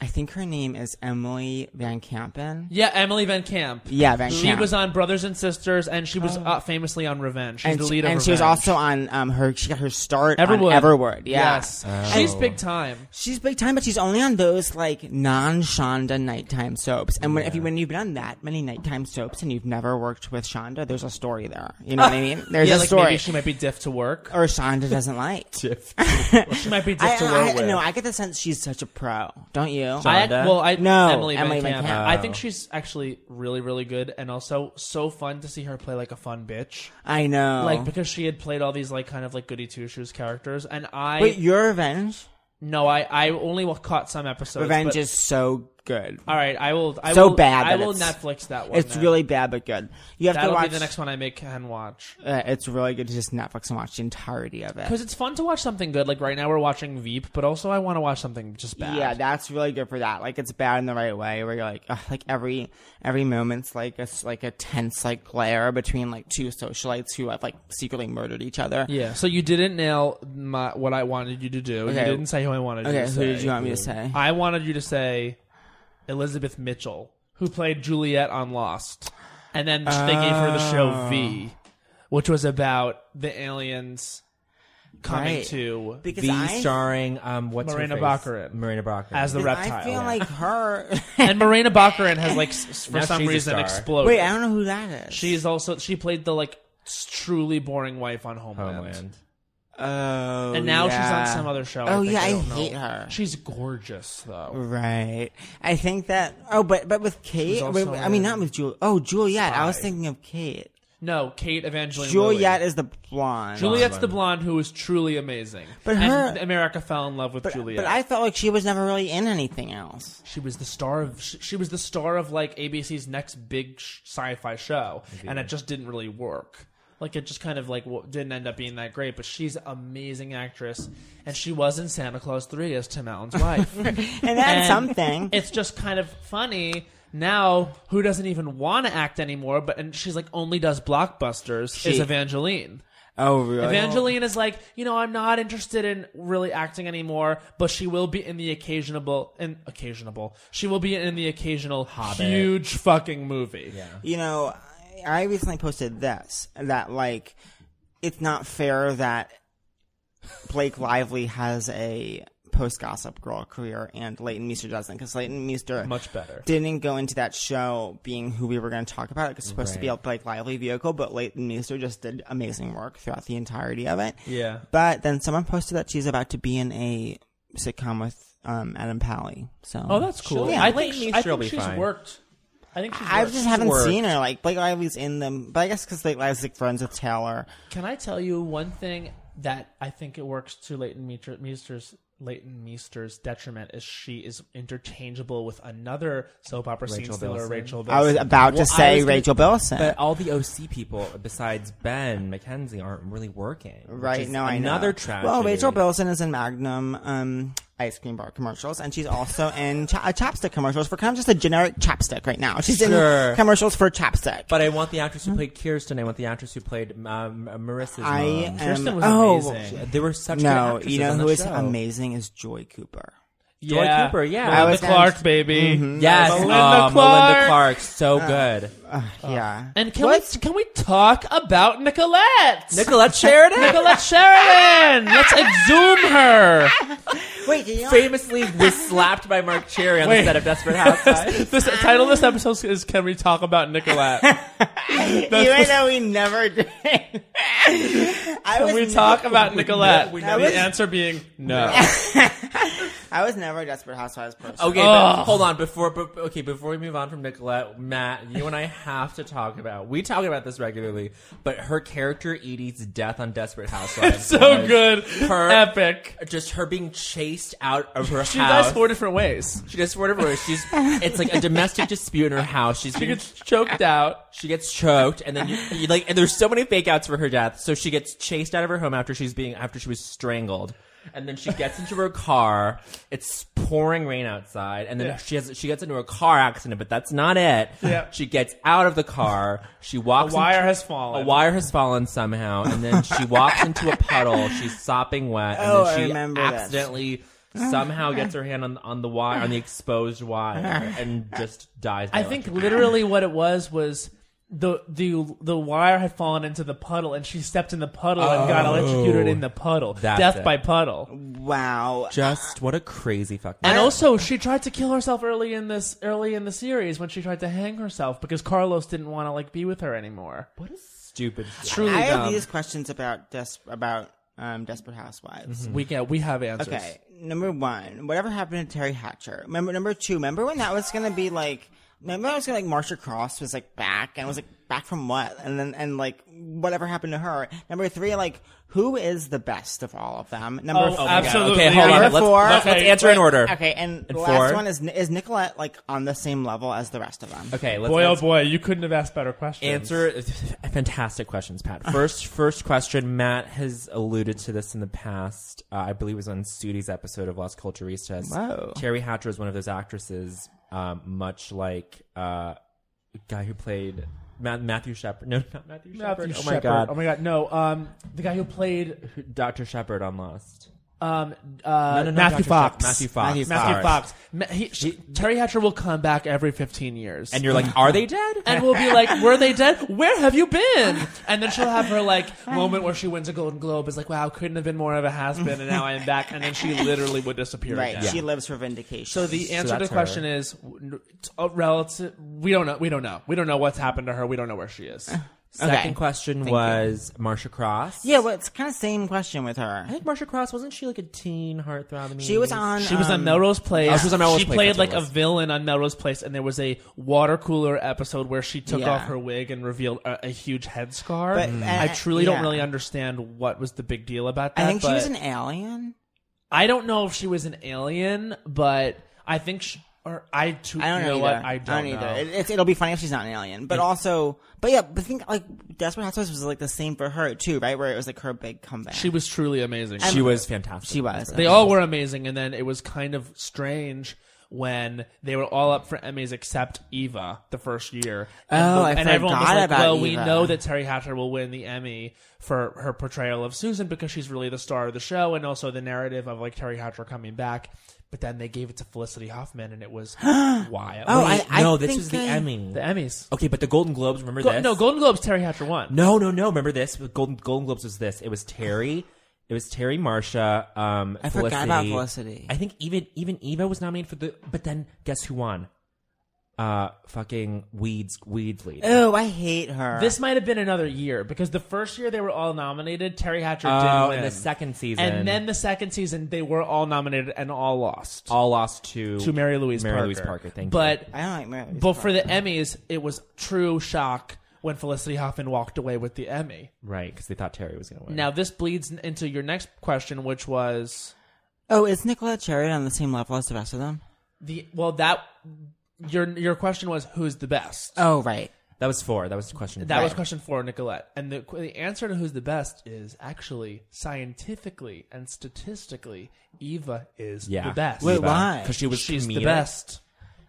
S4: I think her name is Emily Van Campen.
S1: Yeah, Emily Van Camp.
S4: Yeah, Van
S1: She
S4: Camp.
S1: was on Brothers and Sisters, and she was uh, famously on Revenge. She's
S4: and
S1: the
S4: she,
S1: lead of
S4: and
S1: Revenge.
S4: she was also on um her she got her start
S1: Everwood.
S4: on Everwood. Yeah.
S1: Yes,
S4: Oh.
S1: she's big time.
S4: She's big time, but she's only on those like non-Shonda nighttime soaps. And when if you when you've been on that many nighttime soaps and you've never worked with Shonda, there's a story there. You know what I mean? There's
S1: yeah,
S4: a
S1: like
S4: story.
S1: maybe she might be diff to work.
S4: or Shonda doesn't like.
S1: She might be diff
S4: I,
S1: to work.
S4: I,
S1: with.
S4: no, I get the sense she's such a pro, don't you?
S1: I,
S3: Shonda?
S1: well, I
S4: No,
S1: Emily,
S4: Emily
S1: Van
S4: Van
S1: Camp.
S4: Camp.
S1: I think she's actually really, really good, and also so fun to see her play like a fun bitch,
S4: I know.
S1: like because she had played all these like kind of like goody two shoes characters. And I
S4: wait, your revenge?
S1: no, I I only caught some episodes.
S4: Revenge
S1: but-
S4: is so good.
S1: all right. I will. I
S4: so
S1: will,
S4: bad
S1: I
S4: that
S1: will
S4: it's-
S1: Netflix that one.
S4: It's
S1: then.
S4: really bad but good. You have
S1: That'll
S4: to watch
S1: be the next one I make and watch
S4: Uh, it's really good to just Netflix and watch the entirety of it.
S1: because it's fun to watch something good. Like right now we're watching Veep, but also I want to watch something just bad.
S4: Yeah, that's really good for that. Like it's bad in the right way, where you're like, ugh, like every every moment's like a s- like a tense like glare between like two socialites who have like secretly murdered each other.
S1: Yeah, so you didn't nail my, what I wanted you to do. You
S4: Okay.
S1: didn't say who I wanted you
S4: Okay,
S1: to
S4: who
S1: say.
S4: did you want me to say?
S1: I wanted you to say Elizabeth Mitchell, who played Juliet on Lost, and then they gave her the show V,
S4: Oh.
S1: which was about the aliens coming
S4: Right.
S1: to
S4: Because
S3: V
S4: I
S3: starring um what's her
S1: Marina
S3: face?
S1: Baccarin.
S3: Marina Baccarin
S1: as the reptile.
S4: I feel like her.
S1: and Marina Baccarin has like s- s- for
S3: Now
S1: some
S3: she's a
S1: reason
S3: star.
S1: exploded.
S4: Wait, I don't know who that is.
S1: She's also she played the like s- truly boring wife on Homeland.
S3: Homeland.
S4: oh,
S1: And now
S4: yeah.
S1: she's on some other show.
S4: Oh,
S1: I think,
S4: yeah, I
S1: don't know.
S4: hate her. Mm.
S1: She's gorgeous though.
S4: Right. I think that. Oh, but but with Kate.
S1: also
S4: wait, I mean, not with Juliet. Oh, Juliet. I was thinking of Kate.
S1: No, Kate Evangeline.
S4: Juliet
S1: Lilly.
S4: is the blonde.
S1: Juliet's the blonde who is truly amazing.
S4: But her-
S1: and America fell in love with
S4: But,
S1: Juliet.
S4: but I felt like she was never really in anything else.
S1: she was the star of she, she was the star of like ABC's next big sh- sci-fi show, and it just didn't really work. Like it just kind of like w- didn't end up being that great, but she's an amazing actress, and she was in Santa Claus Three as Tim Allen's wife.
S4: And that's
S1: And
S4: something.
S1: It's just kind of funny now. Who doesn't even want to act anymore? But and she's like only does blockbusters. is
S4: She-
S1: Evangeline.
S4: Oh, really?
S1: Evangeline is like, you know, I'm not interested in really acting anymore, but she will be in the occasionable, in occasionable, she will be in the occasional huge fucking movie. Yeah.
S4: you know, I I recently posted this that like it's not fair that Blake Lively has a post Gossip Girl career and Leighton Meester doesn't because Leighton Meester
S1: Much better.
S4: didn't go into that show being who we were going to talk about. It was supposed to be a Blake Lively vehicle, but Leighton Meester just did amazing work throughout the entirety of it.
S1: Yeah.
S4: But then someone posted that she's about to be in a sitcom with um, Adam Pally. So
S1: Oh, that's cool.
S4: Yeah.
S1: I think,
S3: Leighton
S1: I
S3: Meester will
S1: think
S3: be
S1: she's
S3: fine.
S1: worked. I think she's
S4: I
S1: worked.
S4: just haven't
S3: worked.
S4: seen her. Like Blake Lively's in them, but I guess because Blake Lively's like friends with Taylor.
S1: Can I tell you one thing that I think it works to Leighton Meester- Meester's Leighton Meester's detriment is she is interchangeable with another soap opera scene
S3: Rachel
S1: stealer,
S3: Bilson.
S1: Rachel Bilson.
S4: I was about
S3: Well, I
S4: to say
S3: was gonna-
S4: Rachel Bilson.
S3: But all the OC people besides Ben McKenzie aren't really working. which
S4: right?
S3: is
S4: No, I know.
S3: another tragedy.
S4: Well, Rachel Bilson is in Magnum um, ice cream bar commercials, and she's also in cha- uh, chapstick commercials for kind of just a generic chapstick right now. She's
S3: Sure.
S4: in commercials for chapstick.
S3: But I want the actress who played Kirsten. I want the actress who played um, Marissa's
S4: I
S3: mom.
S4: am.
S1: Kirsten was
S4: oh,
S1: amazing.
S3: They were such good
S4: no,
S3: actresses
S4: you know
S3: on
S4: who
S3: the
S4: is
S3: show.
S4: amazing is Joy Cooper.
S1: Joy
S3: Cooper, yeah. I
S1: Melinda
S4: was gonna-
S1: Clark, baby.
S4: Mm-hmm.
S3: Yes,
S1: Melinda
S3: oh,
S1: Clark.
S3: Melinda Clark, so good.
S4: Yeah,
S1: And can
S4: What?
S1: we can we talk about Nicolette?
S3: Nicolette Sheridan,
S1: Nicolette Sheridan. Let's exhume her.
S4: wait, do you know-
S3: famously was slapped by Mark Cherry on
S1: Wait.
S3: the set of Desperate Housewives.
S1: This the title of this episode is "Can We Talk About Nicolette?"
S4: even though we never did. I
S1: Can
S4: was
S1: we
S4: ne-
S1: talk about Nicolette?
S3: we
S1: And
S4: never-
S1: the answer being no.
S4: I was never a Desperate Housewives person.
S3: Okay, but hold on. Before, but, okay, before we move on from Nicolette, Matt, you and I have to talk about. We talk about this regularly, but her character Edie's death on Desperate Housewives.
S1: so
S3: was
S1: good,
S3: Her-
S1: epic.
S3: Just her being chased out of her
S1: She
S3: house.
S1: dies four different ways.
S3: she does whatever. it is. She's it's like a domestic dispute in her house. She's
S1: She
S3: being
S1: gets choked out.
S3: She gets choked, and then you, you like, and there's so many fake outs for her death. So she gets chased out of her home after she's being after she was strangled, and then she gets into her car. It's pouring rain outside, and then she has she gets into a car accident, but that's not it.
S1: Yeah.
S3: She gets out of the car. She walks.
S1: A wire
S3: into-
S1: has fallen.
S3: A wire has fallen somehow, and then she walks into a puddle. She's sopping wet, and
S4: Oh, I
S3: then she
S4: remember this.
S3: accidentally. Somehow gets her hand on on the wire on the exposed wire and just dies. by
S1: I think
S3: electric-
S1: literally what it was was the the the wire had fallen into the puddle and she stepped in the puddle and got electrocuted in the puddle.
S3: That's
S1: Death
S3: it.
S1: by puddle.
S4: Wow.
S3: just what a crazy fucking.
S1: And also she tried to kill herself early in this early in the series when she tried to hang herself because Carlos didn't want to like be with her anymore.
S3: What a stupid.
S1: Truly
S4: I have
S1: dumb.
S4: these questions about des- about um, Desperate Housewives.
S1: we get we have answers.
S4: Okay, number one, whatever happened to Terry Hatcher? Remember, number two, remember when that was gonna be like? Remember when I was gonna like Marsha Cross was like back and was like back from what? And then and like whatever happened to her? Number three, like who is the best of all of them? Number
S1: Oh,
S4: f-
S1: absolutely.
S3: Okay, hold on.
S4: Number
S3: Let's, let's,
S4: four.
S3: let's
S1: Okay,
S3: answer in order.
S4: Okay, and, the
S3: And
S4: last
S3: four.
S4: one is is Nicolette like on the same level as the rest of them?
S3: Okay, let's
S1: Boy oh
S3: answer,
S1: boy, you couldn't have asked better questions.
S3: answer fantastic questions, Pat. First, first question. Matt has alluded to this in the past. Uh, I believe it was on Sudi's episode of Las Culturistas.
S4: Wow.
S3: Terry Hatcher is one of those actresses, um, much like uh, the guy who played Ma- Matthew Shepard. No, not Matthew Shepard.
S1: Matthew
S3: oh my
S1: Shepard.
S3: god,
S1: Oh my god. No, um the guy who played
S3: Doctor Shepard on Lost.
S1: um uh
S3: No, no, no,
S1: Matthew
S3: Dr.
S1: Fox.
S3: Shepard. Matthew Fox.
S4: Matthew
S1: Matthew
S3: Sorry.
S1: Fox. Ma- he- she- Terry Hatcher will come back every 15 years.
S3: And you're like, are they dead?
S1: and we'll be like, "Were they dead? Where have you been?" And then she'll have her like moment where she wins a Golden Globe is like, "Wow, couldn't have been more of a has been," and now I am back. And then she literally would disappear.
S4: Right,
S1: Again.
S4: she lives for vindication.
S1: So the answer to the
S3: that's
S1: question is, w- t- uh, relative. We don't know. We don't know. We don't know what's happened to her. We don't know where she is.
S3: Uh, Second question was Marsha Cross.
S4: yeah, well, it's kind of same question with her.
S3: I think Marsha Cross wasn't she like a teen heartthrob? I mean,
S4: She was on.
S1: She was on
S4: um,
S1: Melrose Place.
S3: Oh, she was on Melrose Place,
S1: played
S3: that's what
S1: like
S3: it
S1: a
S3: was.
S1: villain on Melrose Place, and there was a water cooler episode where she took
S4: Yeah.
S1: off her wig and revealed a, a huge head scar. Hmm.
S4: But- Mm.
S1: I truly don't
S4: yeah.
S1: really understand what was the big deal about that.
S4: I think she was
S1: but
S4: an alien.
S1: I don't know if she was an alien, but I think she, Or I too.
S4: I don't
S1: you
S4: know,
S1: know
S4: either.
S1: what? I don't, know.
S4: either. It, it's- it'll be funny if she's not an alien, but also, but yeah, but think like Desperate Housewives was like the same for her too, right? Where it was like her big comeback.
S1: She was truly amazing.
S3: She was fantastic.
S4: she was. Oh,
S1: They all were amazing, and then it was kind of strange when they were all up for Emmys except Eva the first year. And
S4: Oh, I
S1: and everyone was
S4: forgot
S1: like,
S4: about
S1: "Well, we
S4: Eva."
S1: know that Terry Hatcher will win the Emmy for her portrayal of Susan because she's really the star of the show, and also the narrative of like Terry Hatcher coming back." But then they gave it to Felicity Hoffman, and it was wild.
S4: Oh,
S3: Wait,
S4: I- I
S3: no, this
S4: think
S3: was the
S4: I-
S3: Emmy.
S1: the Emmys.
S3: okay, but the Golden Globes. Remember
S1: Go-
S3: this?
S1: no, Golden Globes. Terry Hatcher won.
S3: No, no, no. Remember this? The Golden Golden Globes was this. It was Terry. It was Terry, Marsha. Um,
S4: I
S3: Felicity.
S4: forgot about Felicity.
S3: I think even even Eva was nominated for the. But then guess who won? Uh, fucking weeds weeds lead.
S4: oh, I hate her.
S1: This might have been another year because the first year they were all nominated, Terry Hatcher didn't
S3: Oh,
S1: win.
S3: in the second season,
S1: And then the second season, they were all nominated and all lost
S3: all lost to
S1: to Mary Louise
S3: Mary
S1: Parker.
S3: Louise Parker. Thank you.
S1: but,
S4: I don't like Mary.
S1: But for the Emmys, it was true shock when Felicity Huffman walked away with the Emmy.
S3: But right, because they thought Terry was gonna win.
S1: Now this bleeds n- into your next question, which was
S4: oh, is Nicola Cherry on the same level as the rest of them?
S1: the well that your your question was who's the best.
S4: Oh, right.
S3: that was four. That was question.
S1: That
S3: four.
S1: was question four, Nicolette. And the, the answer to who's the best is actually scientifically and statistically, Eva is
S3: Yeah.
S1: the best.
S4: Wait, why?
S3: Because she was
S1: She's
S3: comedic.
S1: the best.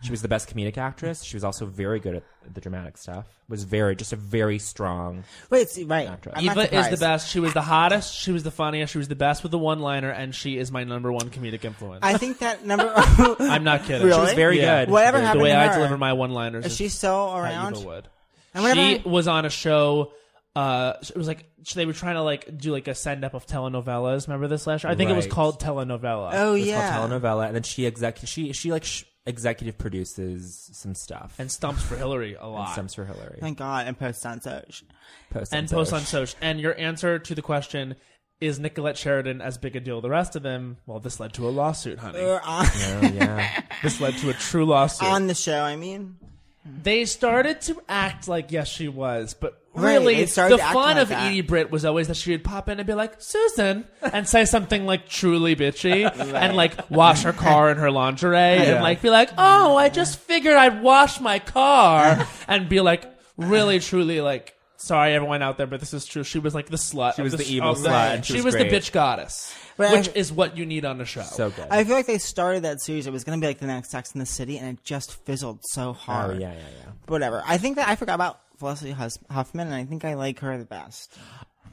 S3: She was the best comedic actress. She was also very good at the dramatic stuff. Was very just a very strong.
S4: Wait, see, right. I'm not
S1: Eva is the
S4: surprised.
S1: best. She was the hottest. She was the funniest. She was the best with the one liner, and she is my number one comedic influence. I,
S4: I think that number.
S1: am not kidding.
S4: Really?
S1: She was very
S3: Yeah.
S1: good.
S4: Whatever
S1: the,
S4: happened
S1: The way
S4: to
S1: I
S4: her?
S1: deliver my one liners
S4: is
S1: is
S4: she so
S1: how
S4: around?
S1: Eva would.
S4: And whatever
S1: She
S4: happened-
S1: was on a show. Uh, it was like they were trying to like do like a send up of telenovelas. Remember this last year? I think it was
S3: Right.
S1: called Telenovela.
S4: oh
S3: It was
S4: yeah.
S3: called telenovela, and then she exec she she like sh- executive produces some stuff
S1: and stumps for Hillary a
S3: and
S1: lot.
S3: stumps for Hillary.
S4: Thank God. And post on search.
S3: Post
S1: and
S3: on
S1: post on
S3: Soch.
S1: social. And your answer to the question is Nicolette Sheridan as big a deal as the rest of them? Well, this led to a lawsuit, honey.
S4: Or on,
S3: Oh, yeah,
S1: This led to a true lawsuit.
S4: Uh, on the show. I mean,
S1: they started to act like yes, she was, but
S4: Right,
S1: really,
S4: they started
S1: the
S4: to act
S1: fun
S4: like
S1: of
S4: that.
S1: Edie Britt was always that she would pop in and be like Susan and say something like truly bitchy and like wash her car in her lingerie and like be like, oh, I just figured I'd wash my car and be like really truly like. Sorry, everyone out there, but this is true. She was like the slut. She
S3: was the evil slut, and she
S1: She,
S3: was
S1: was, the
S3: great.
S1: bitch goddess,
S4: Right,
S1: which
S4: I-
S1: is what you need on a show.
S3: so good.
S4: I feel like they started that series. It was going to be like the next Sex in the City, and it just fizzled so
S3: oh
S4: hard.
S3: yeah, yeah, yeah.
S4: Whatever. I think that I forgot about Felicity Hus- Huffman, and I think I like her the best.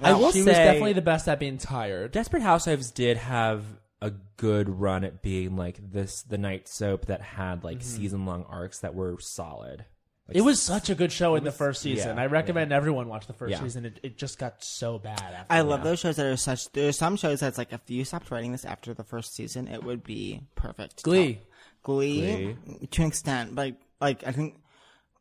S3: I will
S1: she
S3: say,
S1: was definitely the best at being tired.
S3: Desperate Housewives did have a good run at being like this the night soap that had like season long arcs that were solid. Like,
S1: Mm-hmm. It was such a good show in the first season.
S3: yeah,
S1: I recommend everyone watch the first
S3: Yeah.
S1: season. It, it just got so bad. After
S4: I love those shows that are such. There's some shows that's like if you stopped writing this after the first season, it would be perfect.
S1: Glee.
S4: Glee, to an extent, like like I think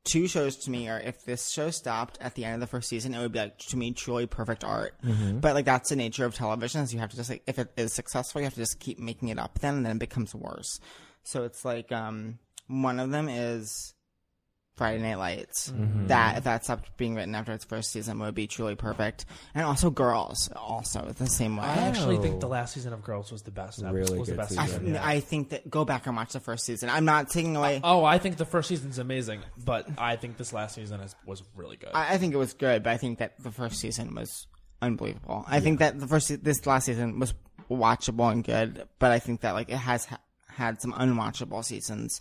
S4: two shows to me are if this show stopped at the end of the first season, it would be like to me truly perfect art.
S3: mm-hmm.
S4: But like that's the nature of television is you have to just like if it is successful, you have to just keep making it up then, and then it becomes worse. So it's like um one of them is. Friday Night Lights.
S1: Mm-hmm.
S4: That if that stopped being written after its first season would be truly perfect, and also Girls also the same way.
S1: Oh, I actually think the last season of Girls was the best. That
S3: Oh. Really
S1: was the
S3: good
S1: best
S4: I,
S3: season.
S1: season.
S4: I think that go back and watch the first season. I'm not taking away.
S1: Oh, I think the first season's amazing, but I think this last season has, was really good.
S4: I, I think it was good, but I think that the first season was unbelievable. I think that the first se- this last season was watchable and good, but I think that like it has ha- had some unwatchable seasons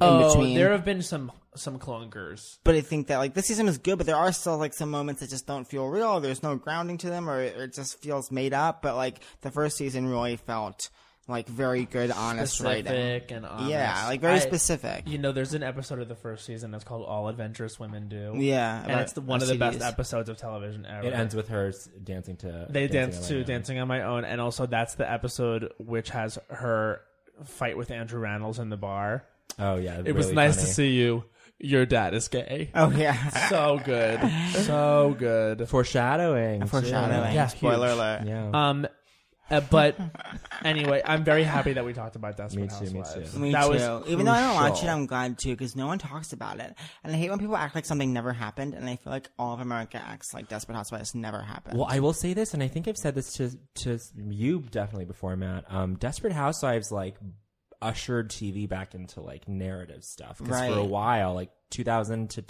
S4: in
S1: oh,
S4: between.
S1: there have been some some clunkers.
S4: but I think that like this season was good, but there are still like some moments that just don't feel real. There's no grounding to them, or, or it just feels made up. But like the first season really felt like very good, honest writing.
S1: Specific and honest.
S4: Yeah, like very
S1: I-
S4: specific.
S1: You know, there's an episode of the first season that's called "All Adventurous Women Do."
S4: Yeah,
S1: and
S4: about
S1: it's the, one of the best
S4: STDs.
S1: episodes of television ever.
S3: It ends with her s- dancing to.
S1: They
S3: dancing
S1: dance
S3: on
S1: to
S3: my own.
S1: Dancing on My Own, and also that's the episode which has her fight with Andrew Rannells in the bar.
S3: Oh yeah,
S1: It was nice to see you. Your dad is gay.
S4: Oh yeah.
S1: So good. So good.
S3: foreshadowing.
S4: Foreshadowing.
S1: Yeah,
S4: Spoiler
S1: huge.
S4: alert.
S3: Yeah.
S1: Um uh, but anyway, I'm very happy that we talked about Desperate
S3: Me too, me
S1: Housewives.
S3: too.
S4: Me
S1: that
S4: too.
S1: was
S4: Even though I don't watch it,
S1: crucial.
S4: I'm glad too because no one talks about it, and I hate when people act like something never happened. And I feel like all of America acts like Desperate Housewives never happened.
S3: Well, I will say this, and I think I've said this to to you definitely before, Matt. Um, Desperate Housewives like ushered TV back into like narrative stuff. Because
S4: Right.
S3: for a while, like 2000 to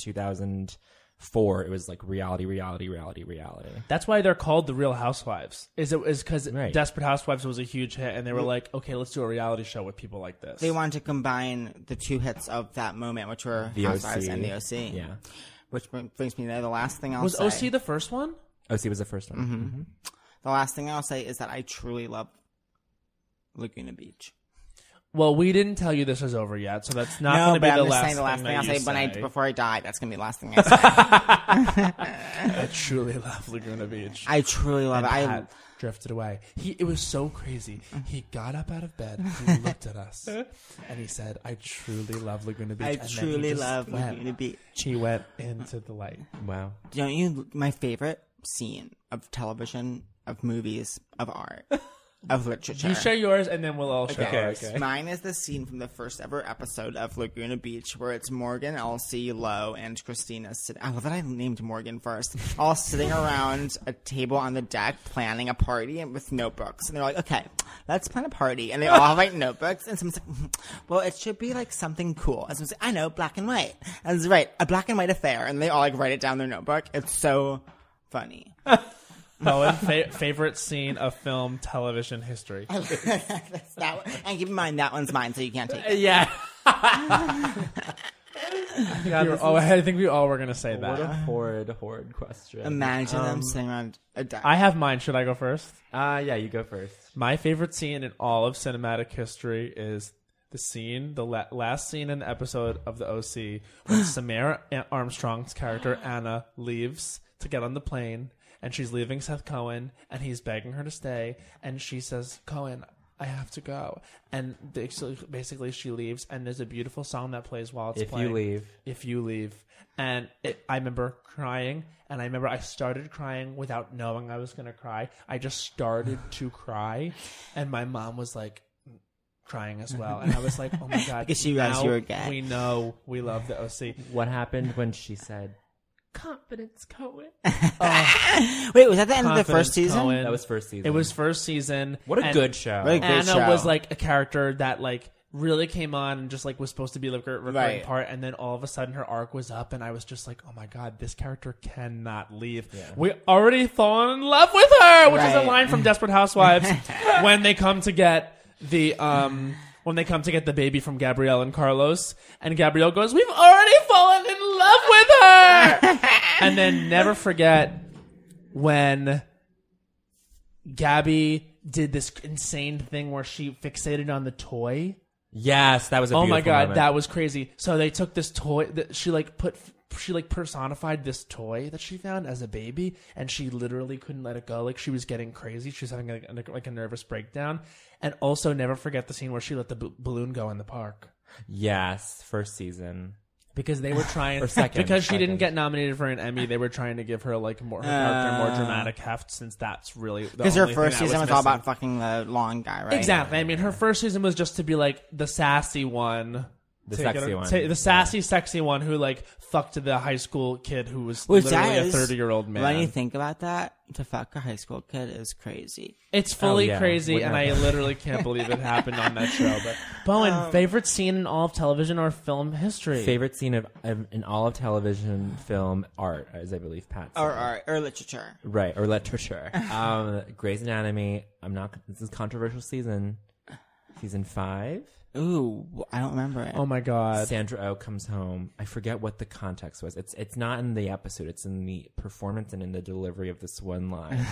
S3: 2004, it was like reality, reality, reality, reality.
S1: That's why they're called the Real Housewives. Is it is because
S3: Right.
S1: Desperate Housewives was a huge hit, and they were like, okay, let's do a reality show with people like this.
S4: Mm. They wanted to combine the two hits of that moment, which were
S3: The
S4: Housewives
S3: OC.
S4: and the OC.
S3: Yeah.
S4: Which br- brings me to the last thing I'll
S1: was
S4: say. Mm-hmm.
S1: OC the first one?
S3: OC Oh, was the first one.
S1: Mm-hmm.
S3: Mhm.
S4: The last thing I'll say is that I truly love Laguna Beach.
S1: Well, we didn't tell you this was over yet, so that's not
S4: no,
S1: going to
S4: but
S1: be
S4: I'm
S1: the
S4: just
S1: last,
S4: saying the last thing,
S1: that
S4: I'll
S1: you
S4: say, when I
S1: say.
S4: before I die. That's gonna be the last thing I say.
S1: I truly love Laguna Beach.
S4: I truly love
S1: and
S4: it. I
S1: Pat drifted away. He it was so crazy. He got up out of bed, he looked at us, and he said, "I truly love Laguna Beach."
S4: I
S1: and then he
S4: truly
S1: just
S4: love
S1: went.
S4: Laguna Beach.
S1: She went into the light.
S3: Wow.
S4: Don't you? My favorite scene of television, of movies, of art, of literature.
S1: You share yours, and then we'll all share ours.
S4: Mine is the scene from the first ever episode of Laguna Beach where it's Morgan, Elsie, Lowe, and Christina sitting. I love that I named Morgan first. All sitting around a table on the deck planning a party and with notebooks. And they're like, okay, let's plan a party. And they all write notebooks. And someone's like, "Mm, well, it should be like something cool. And someone's like, I know, black and white. And it's right, a black and white affair. And they all like write it down in their notebook. It's so funny.
S1: Bowen, fa- favorite scene of film television history.
S4: That's that one. And keep in mind, that one's mine, so you can't take it.
S1: Yeah. oh, I think we all were gonna say
S3: What a
S1: that.
S3: horrid, horrid question.
S4: Imagine them sitting around a deck.
S1: I have mine. Should I go first?
S3: uh, yeah, you go first.
S1: My favorite scene in all of cinematic history is the scene, the la- last scene in the episode of the OC when Samara A- Armstrong's character Anna leaves to get on the plane, and she's leaving Seth Cohen, and he's begging her to stay, and she says, "Cohen." I have to go, and they- so basically she leaves, and there's a beautiful song that plays while it's
S3: If
S1: playing.
S3: you leave.
S1: if you leave. And it, I remember crying, and I remember I started crying without knowing I was going to cry. I just started to cry, and my mom was like crying as well. And I was like, oh my God.
S4: Because she realized
S1: now
S4: you were gay.
S1: We know we love the OC.
S3: What happened when she said
S1: Confidence Cohen.
S4: Wait, was that the end of the
S1: Confidence
S4: first season?
S1: Cohen.
S3: that was first season?
S1: It was first season.
S3: What a
S1: and
S3: good show.
S4: What a great
S1: Anna
S4: show.
S1: was like a character that like really came on and just like was supposed to be like a recurring
S4: Right.
S1: part and then all of a sudden her arc was up and I was just like, Oh my god, this character cannot leave. We already fallen in love with her which is a
S4: Right.
S1: line from Desperate Housewives when they come to get the um when they come to get the baby from Gabrielle and Carlos, and Gabrielle goes, We've already fallen in love with her! and then never forget when Gabby did this insane thing where she fixated on the toy.
S3: yes, that was. A
S1: Oh my
S3: beautiful
S1: god,
S3: moment.
S1: that was crazy. So they took this toy that she like put she like personified this toy that she found as a baby and she literally couldn't let it go. Like she was getting crazy. She was having like, like, like a nervous breakdown. And also never forget the scene where she let the b- balloon go in the park
S3: yes, first season.
S1: because they were trying
S3: Or second,
S1: because she didn't
S3: second.
S1: get nominated for an Emmy. They were trying to give her like more her character more dramatic heft since that's really
S4: Because
S1: because
S4: Uh. her first
S1: was
S4: season was all
S1: missing.
S4: about fucking the long guy, right?
S1: Exactly. I mean, her first season was just to be like the sassy one.
S3: The
S1: Take
S3: sexy one.
S1: ta- the sassy, sexy one who like fucked the high school kid who was
S4: Which
S1: literally
S4: that
S1: a
S4: is-
S1: thirty-year-old man.
S4: When you think about that, to fuck a high school kid is crazy.
S1: it's fully
S3: Oh, yeah.
S1: crazy,
S3: Wouldn't
S1: and I
S3: happen.
S1: literally can't believe it happened on that show. But Bowen, favorite scene in all of television or film history?
S3: Favorite scene of, of in all of television, film, art, as I believe Pat. said.
S4: Or or, or literature.
S3: Right, or literature. um, Grey's Anatomy. I'm not. This is controversial season. Season five.
S4: Ooh, I don't remember it.
S1: Oh my god!
S3: Sandra O oh comes home. I forget what the context was. It's it's not in the episode. It's in the performance and in the delivery of this one line.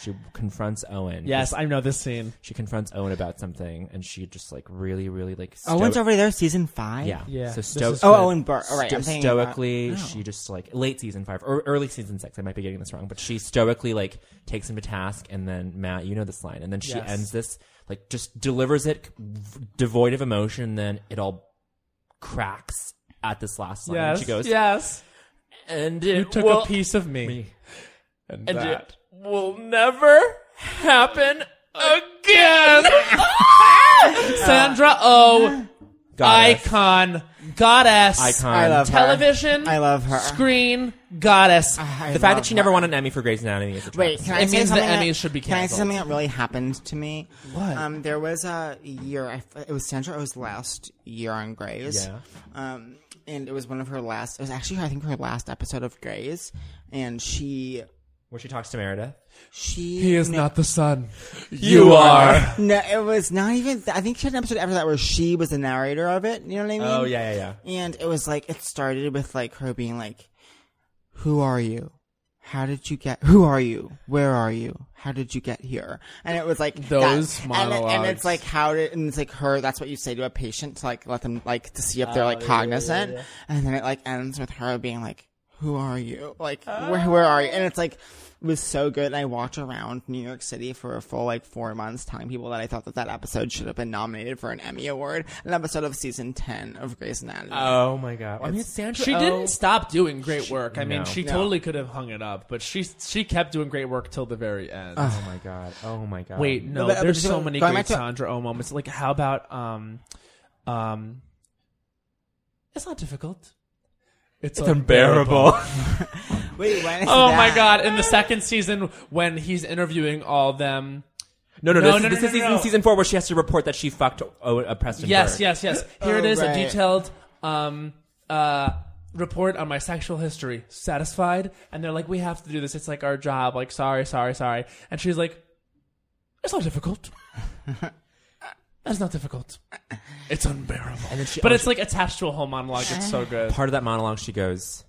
S3: she confronts Owen.
S1: Yes,
S3: She,
S1: I know this scene.
S3: she confronts Owen about something, and she just like really, really like.
S4: Oh, Owen's
S3: sto-
S4: over there, season five.
S3: Yeah.
S1: Yeah.
S3: So
S1: This
S3: sto-
S1: is
S4: Oh, Owen Burr. All right,
S3: sto-
S4: I'm thinking about-
S3: stoically, she just like late season five or early season six. I might be getting this wrong, but she stoically like takes him to task, and then Matt, you know this line, and then she
S1: Yes.
S3: ends this like just delivers it v- devoid of emotion. And then it all cracks at this last line.
S1: Yes,
S3: She goes,
S1: yes.
S3: and it
S1: You took
S3: will,
S1: a piece of me,
S3: me.
S1: and,
S3: and
S1: that.
S3: it will never happen again.
S1: Sandra O.
S3: Goddess.
S1: Icon, goddess,
S3: Icon.
S4: I love her.
S1: television,
S4: I love her.
S1: screen, goddess.
S4: I
S3: The fact
S4: love
S3: that she never
S4: her.
S3: won an Emmy for Grey's Anatomy is a
S4: Wait,
S3: travesty.
S4: can I
S1: It
S4: say
S1: means the
S4: something
S1: Emmys
S4: that,
S1: should be
S4: Can I say
S1: canceled.
S4: something that really happened to me?
S1: What?
S4: Um, there was a year. I f it was Sandra. It was last year on Grays.
S3: Yeah.
S4: Um, and it was one of her last. It was actually, I think, her last episode of Grays. And she,
S3: Where she talks to Meredith.
S4: she.
S1: He is
S4: no,
S1: not the sun. You are.
S4: No, it was not even. I think she had an episode after that where she was the narrator of it. You know what I mean?
S3: Oh yeah, yeah, yeah.
S4: And it was like it started with like her being like, "Who are you? How did you get? Who are you? Where are you? How did you get here?" And it was like
S1: Those
S4: and it- and,
S1: monologues.
S4: it's like how did and it's like her. That's what you say to a patient to like let them like to see if they're
S3: Oh,
S4: like cognizant. And then it like ends with her being like, "Who are you? Like where where are you?" And it's like. it Was so good, and I walked around New York City for a full like four months, telling people that I thought that that episode should have been nominated for an Emmy award, an episode of season ten of Grey's Anatomy.
S3: Oh my god. I mean, Sandra.
S1: She didn't stop doing great work. I mean,
S3: no.
S1: she
S4: oh. No.
S1: totally could have hung it up, but she she kept doing great work till the very end.
S3: Oh my god. Oh my god.
S1: Wait, no,
S4: Uh, but- but
S1: there's
S4: just
S1: so
S4: going-
S1: many
S4: going
S1: great
S4: back to-
S1: Sandra Oh moments. Like, how about um, um, it's not difficult. It's,
S4: Wait, when is
S1: Oh my
S4: that?
S1: god! In the second season, when he's interviewing all them,
S3: No, no,
S1: No,
S3: no. This,
S1: no,
S3: is- this
S1: no, no,
S3: is season,
S1: no.
S3: season four where she has to report that she fucked oh, a Preston.
S1: yes,
S3: Burke.
S1: yes, yes. Here it
S4: Oh,
S1: is,
S4: right.
S1: a detailed um uh report on my sexual history. Satisfied? And they're like, we have to do this. It's like our job. Like, sorry, sorry, sorry. And she's like, it's not difficult. That's not difficult. It's unbearable.
S3: And then she,
S1: But
S3: oh,
S1: it's like attached to a whole monologue. It's so good.
S3: part of that monologue. She goes,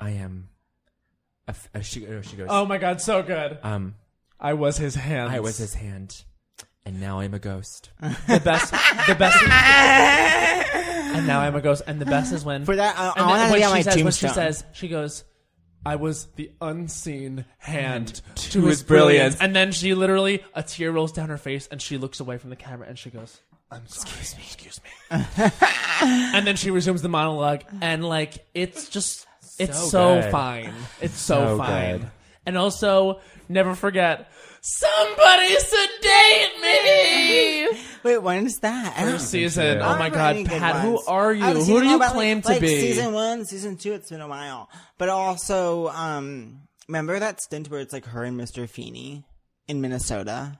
S3: "I am." A f- uh, she, uh, she goes,
S1: Oh my god, so good.
S3: "Um,
S1: I was his hand.
S3: I was his hand, and now I'm a ghost."
S1: the best. The best. and now I'm a ghost. And the best is when
S4: For that, I- I
S1: and
S4: want that to
S1: when
S4: be
S1: she
S4: on my
S1: says, when she
S4: tombstone.
S1: says, she goes. I was the unseen hand to,
S3: his
S1: his brilliance.
S3: brilliance."
S1: And then she literally, a tear rolls down her face and she looks away from the camera and she goes, I'm sorry. Excuse me. Excuse me. and then she resumes the monologue and like, it's just, it's so,
S3: So good.
S1: fine. It's so,
S3: So
S1: fine.
S3: good.
S1: And also, never forget, somebody sedate me.
S4: Wait, when is that? I don't-
S1: First season.
S4: I
S1: Oh my
S4: remember any
S1: God,
S4: good
S1: Pat, who
S4: ones.
S1: are you?
S4: I've seen
S1: Who do
S4: all
S1: you
S4: about, like-
S1: claim to
S4: like,
S1: be?
S4: Season one, season two. It's been a while, but also, um, remember that stint where it's like her and Mr. Feeney in Minnesota,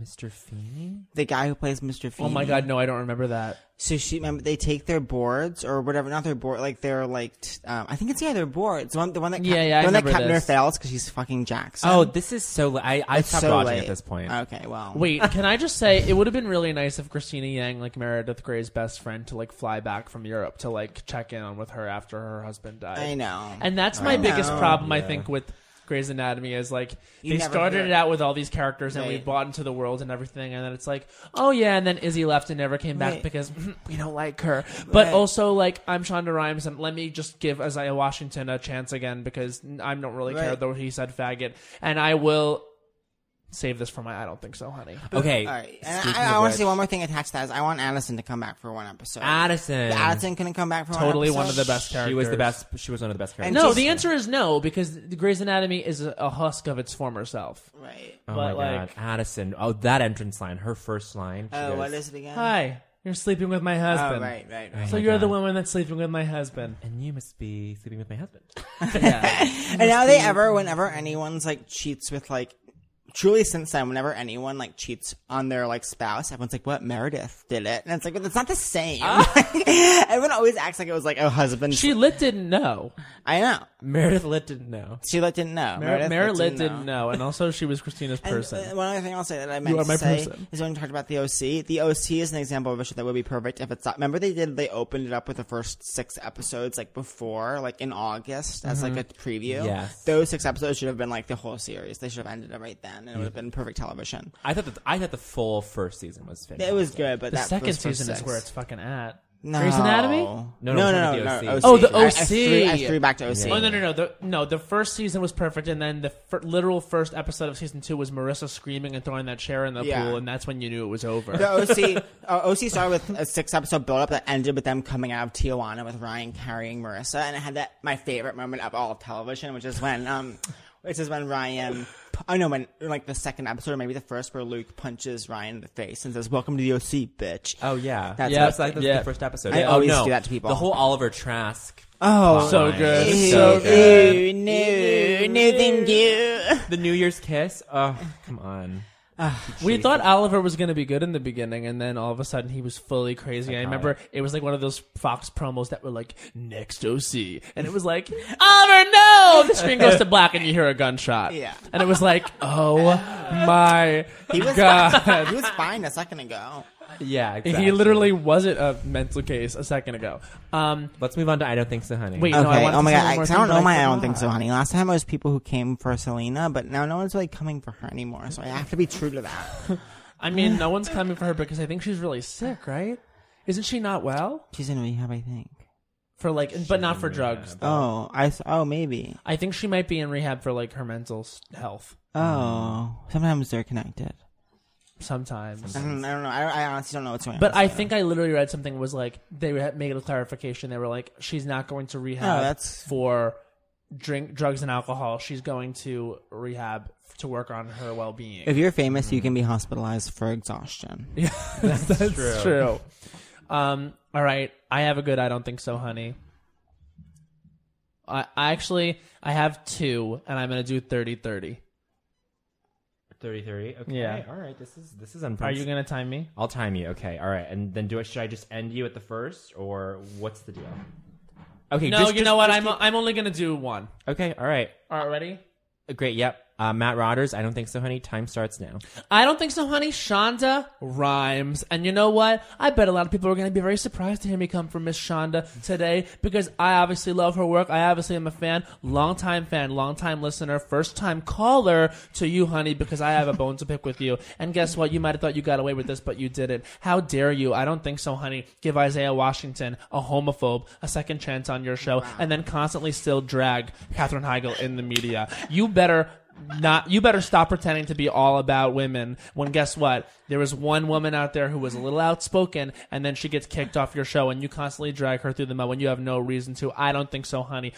S3: Mr. Feeney.
S4: the guy who plays Mr.
S1: Oh
S4: Feeney.
S1: my God, no, I don't remember that.
S4: So she, remember, they take their boards or whatever, not their board, like they're like, t- um, I think it's yeah, their boards. The one, the one that,
S1: Yeah, yeah, I
S4: the one that
S1: remember
S4: Kepner
S1: this.
S4: fails because she's fucking Jackson.
S3: Oh, this is so. la- I I
S4: It's
S3: stopped
S4: so
S3: watching
S4: late.
S3: at this point.
S4: okay, well,
S1: Wait, can I just say it would have been really nice if Christina Yang, like Meredith Grey's best friend, to like fly back from Europe to like check in on with her after her husband died.
S4: I know.
S1: And that's my biggest
S4: know.
S1: problem, I think, with Grey's Anatomy is like
S4: You
S1: they
S4: never
S1: started
S4: hear
S1: it
S4: it.
S1: out with all these characters and we
S4: Right.
S1: bought into the world and everything, and then it's like, oh yeah, and then Izzy left and never came back
S4: Right.
S1: because we don't like her. But
S4: Right.
S1: also, like, I'm Shonda Rhimes, and let me just give Isaiah Washington a chance again because I don't really care
S4: Right.
S1: though he said faggot, and I will save this for my. I don't think so, honey.
S3: Okay.
S4: All right. And
S3: speaking
S4: I,
S3: of
S4: I want to
S3: which-
S4: say one more thing attached to that is I want Addison to come back for one episode.
S3: Addison.
S4: Addison couldn't come back for
S1: Totally one
S4: one
S1: of
S4: episode.
S1: the best characters.
S3: She was the best. She was one of the best characters.
S4: And
S1: No,
S4: Just-
S1: the answer is no because the Grey's Anatomy is a, a husk of its former self.
S4: Right.
S3: Oh
S1: but,
S3: my god,
S1: like-
S3: Addison! Oh, that entrance line, her first line. she
S4: Oh,
S3: goes,
S4: what is it again?
S1: Hi, you're sleeping with my
S4: Oh,
S1: husband.
S4: right, right, right.
S1: So
S3: my
S1: you're the
S3: God.
S1: woman that's sleeping with my husband.
S3: And you must be sleeping with my husband.
S4: And now they ever, whenever anyone's like cheats with like, truly since then, whenever anyone like cheats on their like spouse, everyone's like, "What Meredith did it?" And it's like, well, it's not the same. Everyone always acts like it was like a husband.
S1: She lit didn't know.
S4: I know.
S3: Meredith Litt didn't know.
S4: She like, didn't know.
S1: Meredith,
S4: Meredith
S1: didn't, know, and also she was Christina's
S4: And,
S1: person.
S4: uh, one other thing I'll say that I meant
S1: are my
S4: to say
S1: person.
S4: is when we talked about the OC. The OC is an example of a show that would be perfect if it's not. Remember they did they opened it up with the first six episodes like before, like in August as like a
S1: Mm-hmm.
S4: preview.
S3: Yes.
S4: those six episodes should have been like the whole series. They should have ended it right then, and it would have been perfect television.
S3: I thought that I thought the full first season was fantastic.
S4: It was good, but
S1: the
S4: that,
S1: second
S4: those first
S1: season is
S4: six-
S1: where it's fucking at.
S4: no.
S1: Grey's Anatomy?
S4: No,
S3: No, no,
S4: no,
S3: we're
S4: no, no.
S3: talking about the OC.
S4: no,
S1: Oh, the
S4: I- I
S1: OC.
S4: threw- I, threw back to OC.
S1: Oh no no no the, no! The first season was perfect, and then the fir- literal first episode of season two was Marissa screaming and throwing that chair in the
S4: Yeah.
S1: pool, and that's when you knew it was over.
S4: The OC, uh, OC started with a six episode build up that ended with them coming out of Tijuana with Ryan carrying Marissa, and it had that my favorite moment of all of television, which is when um, This is when Ryan. I know when like the second episode or maybe the first where Luke punches Ryan in the face and says, "Welcome to the OC, bitch."
S3: Oh yeah,
S4: That's
S3: yeah.
S4: what-
S3: That's like that's
S1: yeah.
S3: the first episode.
S4: I
S3: Yeah.
S4: always
S3: oh, no.
S4: do that to people.
S3: The whole Oliver Trask.
S4: Oh,
S1: So
S3: plotline.
S1: good.
S4: ew,
S1: So good.
S4: ew, no, no, thank you.
S3: The New Year's kiss. Oh, come on.
S1: We thought Oliver was going to be good in the beginning, and then all of a sudden he was fully crazy. I remember it was like one of those Fox promos that were like "Next OC," and it was like Oliver, no! The screen goes to black, and you hear a gunshot.
S4: Yeah.
S1: and it was like, oh my
S4: He was
S1: god!
S4: He was fine a second ago.
S3: Yeah, exactly.
S1: He literally wasn't a mental case a second ago. Um,
S3: Let's move on to I don't think so, honey.
S1: Wait. You
S4: Okay.
S1: know, I wanted
S4: oh
S1: to
S4: my
S1: say
S4: god.
S1: one
S4: I,
S1: more
S4: 'cause I
S1: thing,
S4: don't
S1: but
S4: know
S1: I
S4: my. I don't
S1: forgot.
S4: think so, honey. Last time it was people who came for Selena, but now no one's really coming for her anymore. So I have to be true to that.
S1: I mean, no one's coming for her because I think she's really sick, right? Isn't she not well
S4: She's in rehab, I think.
S1: for like, but not for drugs?
S4: Oh, I. s- Oh, maybe.
S1: I think she might be in rehab for like her mental s- health.
S4: Oh, sometimes they're connected.
S1: Sometimes.
S4: I don't, I don't know. I, I honestly don't know what's going on.
S1: But I think I literally read something was like they had made a clarification. They were like, she's not going to rehab
S4: Oh, that's-
S1: for drink, drugs, and alcohol. She's going to rehab to work on her well being.
S4: if you're famous, you can be hospitalized for exhaustion.
S1: That's true. Um, all right, I have a good. I don't think so, honey. I, I actually I have two, and I'm gonna do 30-30.
S3: 33. Okay.
S1: Yeah.
S3: All right. This is this is
S1: Are
S3: unprecedented.
S1: you gonna time me?
S3: I'll time you. Okay. All right. And then do I should I just end you at the first or what's the deal? Okay.
S1: No,
S3: just-
S1: you
S3: just-
S1: know what?
S3: just
S1: I'm I'm only gonna do one.
S3: keep- okay. All right.
S1: All right, ready?
S3: Uh, Great. Yep. Uh, Matt Rodgers. I don't think so, honey. Time starts now.
S1: I don't think so, honey. Shonda rhymes. And you know what? I bet a lot of people are going to be very surprised to hear me come from Miss Shonda today because I obviously love her work. I obviously am a fan, longtime fan, longtime listener, first time caller to you, honey, because I have a bone to pick with you. And guess what? You might have thought you got away with this, but you didn't. How dare you? I don't think so, honey. Give Isaiah Washington, a homophobe, a second chance on your show, and then constantly still drag Katherine Heigl in the media. You better not you better stop pretending to be all about women when guess what there was one woman out there who was a little outspoken and then she gets kicked off your show and you constantly drag her through the mud when you have no reason to i don't think so honey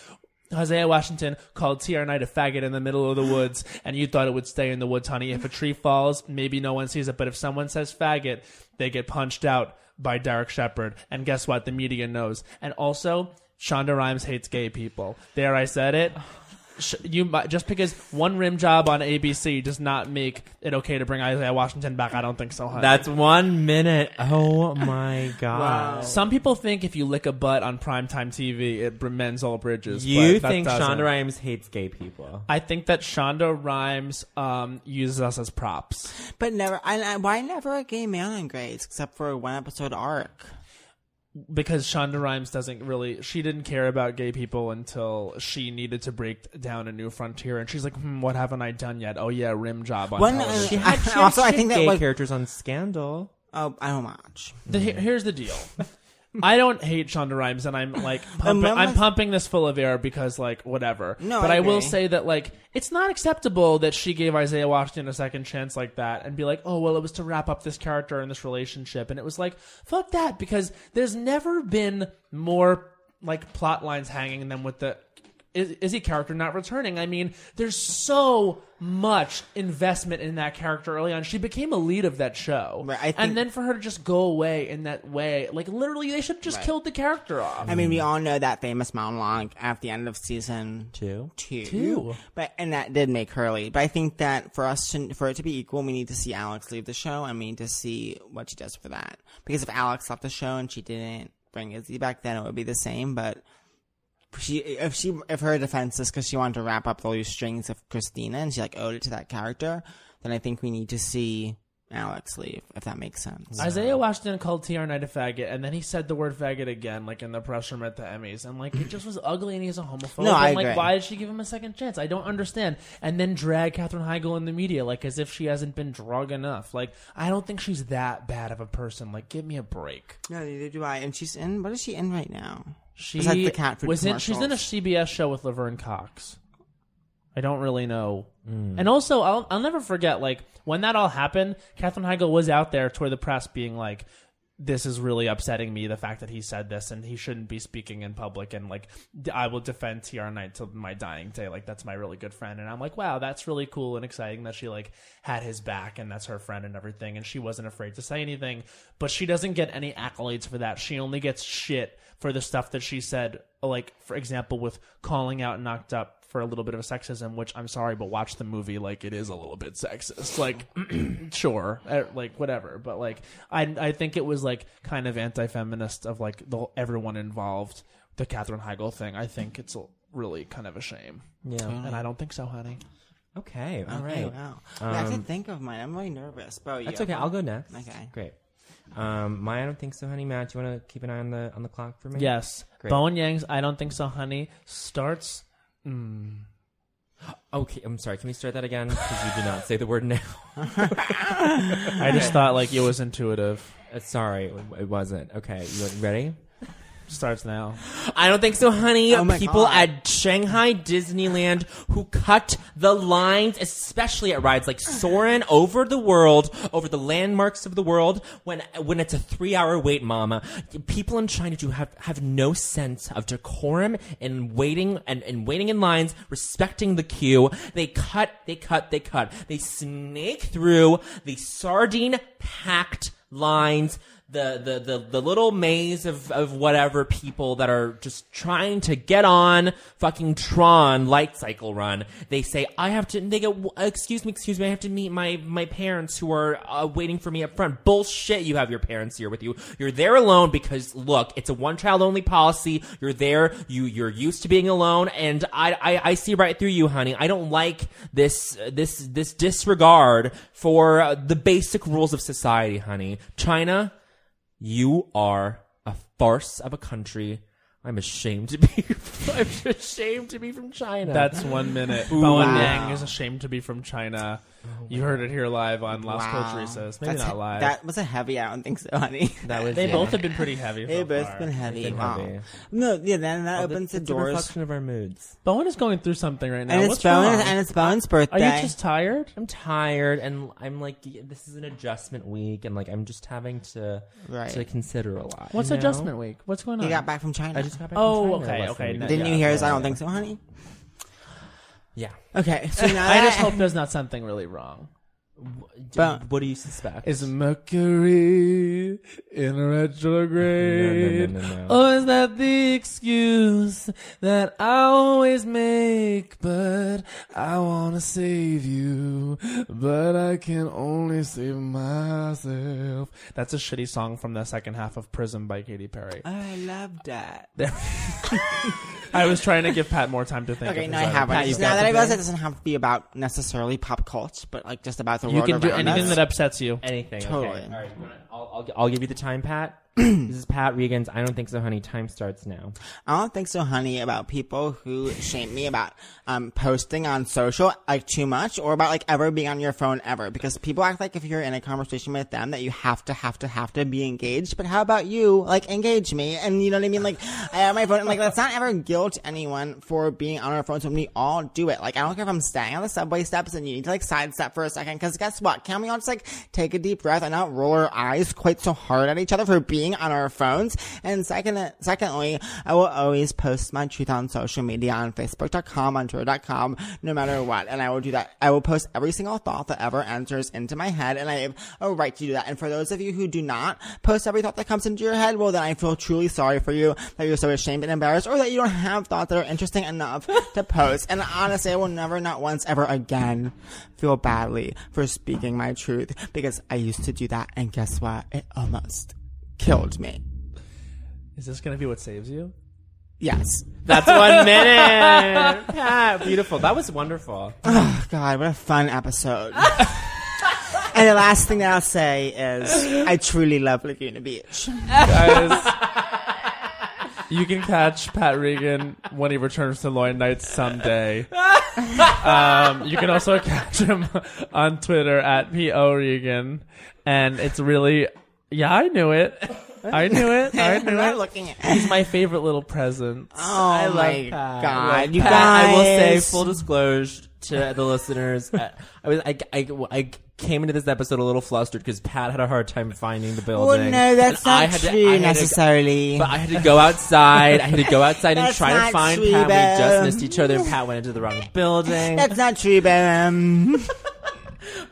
S1: Hosea Washington called T.R. Knight a faggot in the middle of the woods, and you thought it would stay in the woods, honey. If a tree falls, maybe no one sees it, but if someone says faggot, they get punched out by Derek Shepard. And guess what? The media knows. And also, Shonda Rhimes hates gay people. There, I said it sh- you might, just because one rim job on ABC does not make it okay to bring Isaiah Washington back. I don't think so, honey.
S3: That's one minute. Oh my god.
S1: some people think if you lick a butt on primetime TV, it br- mends all bridges.
S3: You
S1: but that
S3: think
S1: doesn't.
S3: Shonda Rhimes hates gay people?
S1: I think that Shonda Rhimes um, uses us as props
S4: But never. I, I, why never a gay man in Grace except for one episode arc?
S1: because Shonda Rhimes doesn't really. She didn't care about gay people until she needed to break down a new frontier, and she's like, hmm, "What haven't I done yet? Oh yeah, rim job on
S4: One.
S1: television."
S4: uh, I, also, I think that
S3: gay
S4: was.
S3: characters on Scandal.
S4: Oh, I don't watch.
S1: The, he- here's the deal. I don't hate Shonda Rhimes, and I'm like, pumping,
S4: mom
S1: I'm
S4: was-
S1: pumping this full of air because, like, whatever.
S4: No,
S1: but
S4: I
S1: I, will
S4: agree.
S1: say that, like, it's not acceptable that she gave Isaiah Washington a second chance like that and be like, oh, well, it was to wrap up this character and this relationship. And it was like, fuck that, because there's never been more, like, plot lines hanging than with the is, is he character not returning? I mean, there's so much investment in that character early on. She became a lead of that show.
S4: Right, I
S1: and
S4: think-
S1: then for her to just go away in that way, like literally, they should have just killed the character off.
S4: I mean, we all know that famous monologue at the end of season
S3: Two.
S4: two.
S1: Two.
S4: But and that did make Hurley. But I think that for us to for it to be equal, we need to see Alex leave the show and we need to see what she does for that. Because if Alex left the show and she didn't bring Izzy back, then it would be the same. But she if she if her defense is because she wanted to wrap up the loose strings of Christina and she like owed it to that character, then I think we need to see Alex leave if that makes sense.
S1: Isaiah Washington called TR Knight a faggot, and then he said the word faggot again, like in the press room at the Emmys. And like, it just was ugly, and he's a homophobe.
S4: No, I
S1: and, like,
S4: agree.
S1: why did she give him a second chance? I don't understand. And then drag Katherine Heigl in the media, like as if she hasn't been drug enough. Like, I don't think she's that bad of a person. Like, give me a break.
S4: no, neither do I. And she's in. What is she in right now?
S1: She
S4: Besides the cat food
S1: was in, she's in a
S4: commercials.
S1: CBS show with Laverne Cox. I don't really know. And also, I'll, I'll never forget, like, when that all happened, Katherine Heigl was out there toward the press being like, this is really upsetting me the fact that he said this and he shouldn't be speaking in public and like d- i will defend tr knight till my dying day like that's my really good friend and i'm like wow that's really cool and exciting that she like had his back and that's her friend and everything and she wasn't afraid to say anything but she doesn't get any accolades for that she only gets shit for the stuff that she said like for example with calling out knocked up for a little bit of sexism which i'm sorry but watch the movie like it is a little bit sexist like sure uh, like whatever but like i i think it was like kind of anti-feminist of like the whole- everyone involved the Katherine Heigl thing i think it's a, really kind of a shame
S3: Yeah.
S1: and i don't think so honey
S3: Okay. All right.
S4: Okay, wow. Yeah, I can think of mine. I'm really nervous. But
S3: That's okay. I'll go next.
S4: Okay.
S3: Great. Um, my I don't think so, honey. Matt, you want to keep an eye on the on the clock for me?
S1: yes
S3: Great.
S1: bowen yang's i don't think so honey starts
S3: Okay. I'm sorry. Can we start that again? Because you did not say the word now.
S1: i just thought like it was intuitive
S3: Uh, sorry, it w- it wasn't. Okay. You you ready?
S1: starts now
S3: I don't think so, honey.
S4: Oh my
S3: People
S4: God.
S3: at Shanghai Disneyland who cut the lines, especially at rides like Soarin' over the world, over the landmarks of the world, when when it's a three hour wait, mama. People in China do have, have no sense of decorum and waiting and, and waiting in lines, respecting the queue. They cut, they cut, they cut. They snake through the sardine packed lines the, the, the, the little maze of, of whatever people that are just trying to get on fucking Tron light cycle run. They say, I have to, they go, excuse me, excuse me, I have to meet my, my parents who are uh, waiting for me up front. Bullshit, you have your parents here with you. You're there alone because look, it's a one child only policy. You're there, you, you're used to being alone and I, I, I see right through you, honey. I don't like this, this, this disregard for uh, the basic rules of society, honey. China, you are a farce of a country. I'm ashamed to be. I'm ashamed to be from China.
S1: That's one minute. Bowen Yang is ashamed to be from China.
S3: Oh,
S1: you heard it here live on Las Culturistas. Maybe
S4: That's
S1: not live.
S4: That was a heavy. I don't think so, honey.
S3: that was.
S1: they
S3: yeah.
S1: both have been pretty heavy.
S4: They
S1: So
S4: both
S1: far.
S4: been heavy.
S3: been
S4: wow.
S3: heavy.
S4: No, yeah. Then that
S3: Oh,
S4: opens the
S3: it's a
S4: doors.
S3: reflection of our moods.
S1: Bowen is going through something right now.
S4: And it's
S1: What's
S4: Bowen.
S1: wrong?
S4: And it's Bowen's
S1: Are
S4: birthday.
S1: you just tired?
S3: I'm tired, and I'm like, y- this is an adjustment week, and like, I'm just having to
S4: Right.
S3: to consider a lot.
S1: What's
S3: you know?
S1: adjustment week? What's going on?
S4: He got back from China.
S3: I just got back.
S1: Oh,
S3: from China
S1: okay,
S3: last
S1: okay,
S3: week.
S1: no,
S4: Didn't you hear his? I don't think so, honey.
S3: Yeah.
S4: Okay. So now
S1: I
S4: that-
S1: just hope there's not something really wrong.
S3: D- what do you suspect?
S1: Is Mercury in retrograde?
S3: No,
S1: Uh,
S3: no, no, no, no.
S1: Or is that the excuse that I always make? But I want to save you, but I can only save myself. That's a shitty song from the second half of Prism by Katy Perry.
S4: Oh, I love that.
S1: I was trying to give Pat more time to think.
S4: Okay,
S1: of
S4: no, I
S1: his other-
S4: haven't.
S3: Pat, you've
S4: Just now
S3: got
S4: that I
S3: the
S4: realize it
S3: thing?
S4: doesn't have to be about necessarily pop culture, but like just about the
S1: You
S4: world
S1: can do
S4: around
S1: anything
S4: us.
S1: that upsets you.
S3: Anything.
S4: Totally.
S3: Okay. All right. you wanna- I'll, I'll, gi- I'll give you the time, Pat. this is Pat Regan's. I don't think so, honey. Time starts now.
S4: I don't think so, honey, about people who shame me about um, posting on social like too much or about like ever being on your phone ever because people act like if you're in a conversation with them that you have to have to have to be engaged. But how about you like engage me and you know what I mean? Like I have my phone and like let's not ever guilt anyone for being on our phones when we all do it. Like I don't care if I'm staying on the subway steps and you need to like sidestep for a second because guess what? Can we all just like take a deep breath and not roll our eyes quite so hard at each other for being on our phones? And second, secondly, I will always post my truth on social media on Facebook.com, on Twitter.com, no matter what. And I will do that. I will post every single thought that ever enters into my head. And I have a right to do that. And for those of you who do not post every thought that comes into your head, well, then I feel truly sorry for you that you're so ashamed and embarrassed or that you don't have thoughts that are interesting enough to post. And honestly, I will never, not once ever again feel badly for speaking my truth because I used to do that. And guess what? It almost killed me.
S1: Is this going to be what saves you?
S4: Yes.
S3: That's one minute. Pat, beautiful. That was wonderful.
S4: God, what a fun episode. and the last thing that I'll say is I truly love Laguna Beach.
S1: Guys, you can catch Pat Regan when he returns to Lloyd Knights someday. Um, you can also catch him on Twitter at PO Regan. And it's really, yeah, I knew it. I knew it. I
S4: I'm
S1: knew
S4: not
S1: it.
S4: looking at
S1: He's my favorite little present.
S4: Oh I love my
S3: Pat.
S4: God. You
S3: Pat, I will say
S4: guys.
S3: full disclosure to the listeners. uh, I was I, I, I came into this episode a little flustered because Pat had a hard time finding the building.
S4: Well, no, that's
S3: And I
S4: not
S3: had to- I
S4: true
S3: had to-
S4: necessarily.
S3: but I had to go outside. I had to go outside and
S4: That's
S3: try to
S4: not
S3: find
S4: true,
S3: Pat. We just
S4: babe.
S3: missed each other, and Pat went into the wrong building.
S4: that's not true, but um,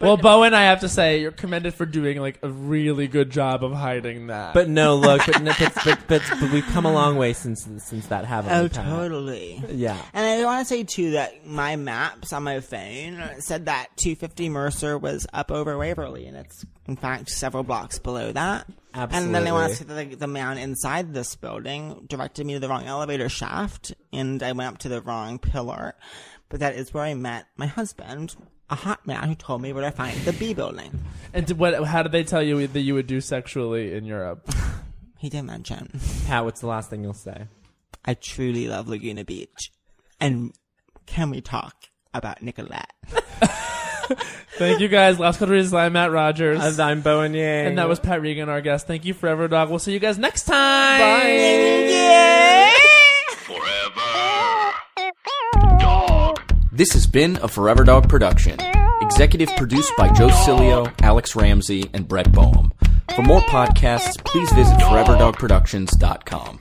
S1: well, Bowen, I have to say you're commended for doing like a really good job of hiding that.
S3: But no, look, but, no, but, but, but, but we've come a long way since since that happened.
S4: oh, totally.
S3: Yeah.
S4: And I want to say too that my maps on my phone said that 250 Mercer was up over Waverly, and it's in fact several blocks below that. And then I want to say that like, the man inside this building directed me to the wrong elevator shaft, and I went up to the wrong pillar. But that is where I met my husband, a hot man who told me where to find the B building.
S1: and did, what? How did they tell you that you would do sexually in Europe?
S4: He did mention
S3: Pat, what's the last thing you'll say?
S4: I truly love Laguna Beach, and can we talk about Nicolette?
S1: Thank you guys. Last country is I'm Matt Rogers,
S3: And I'm Bowen Yang.
S1: and that was Pat Regan, our guest. Thank you, Forever Dog. We'll see you guys next time.
S6: This has been a Forever Dog production. Executive produced by Joe Cilio, Alex Ramsey, and Brett Boehm. For more podcasts, please visit foreverdogproductions.com.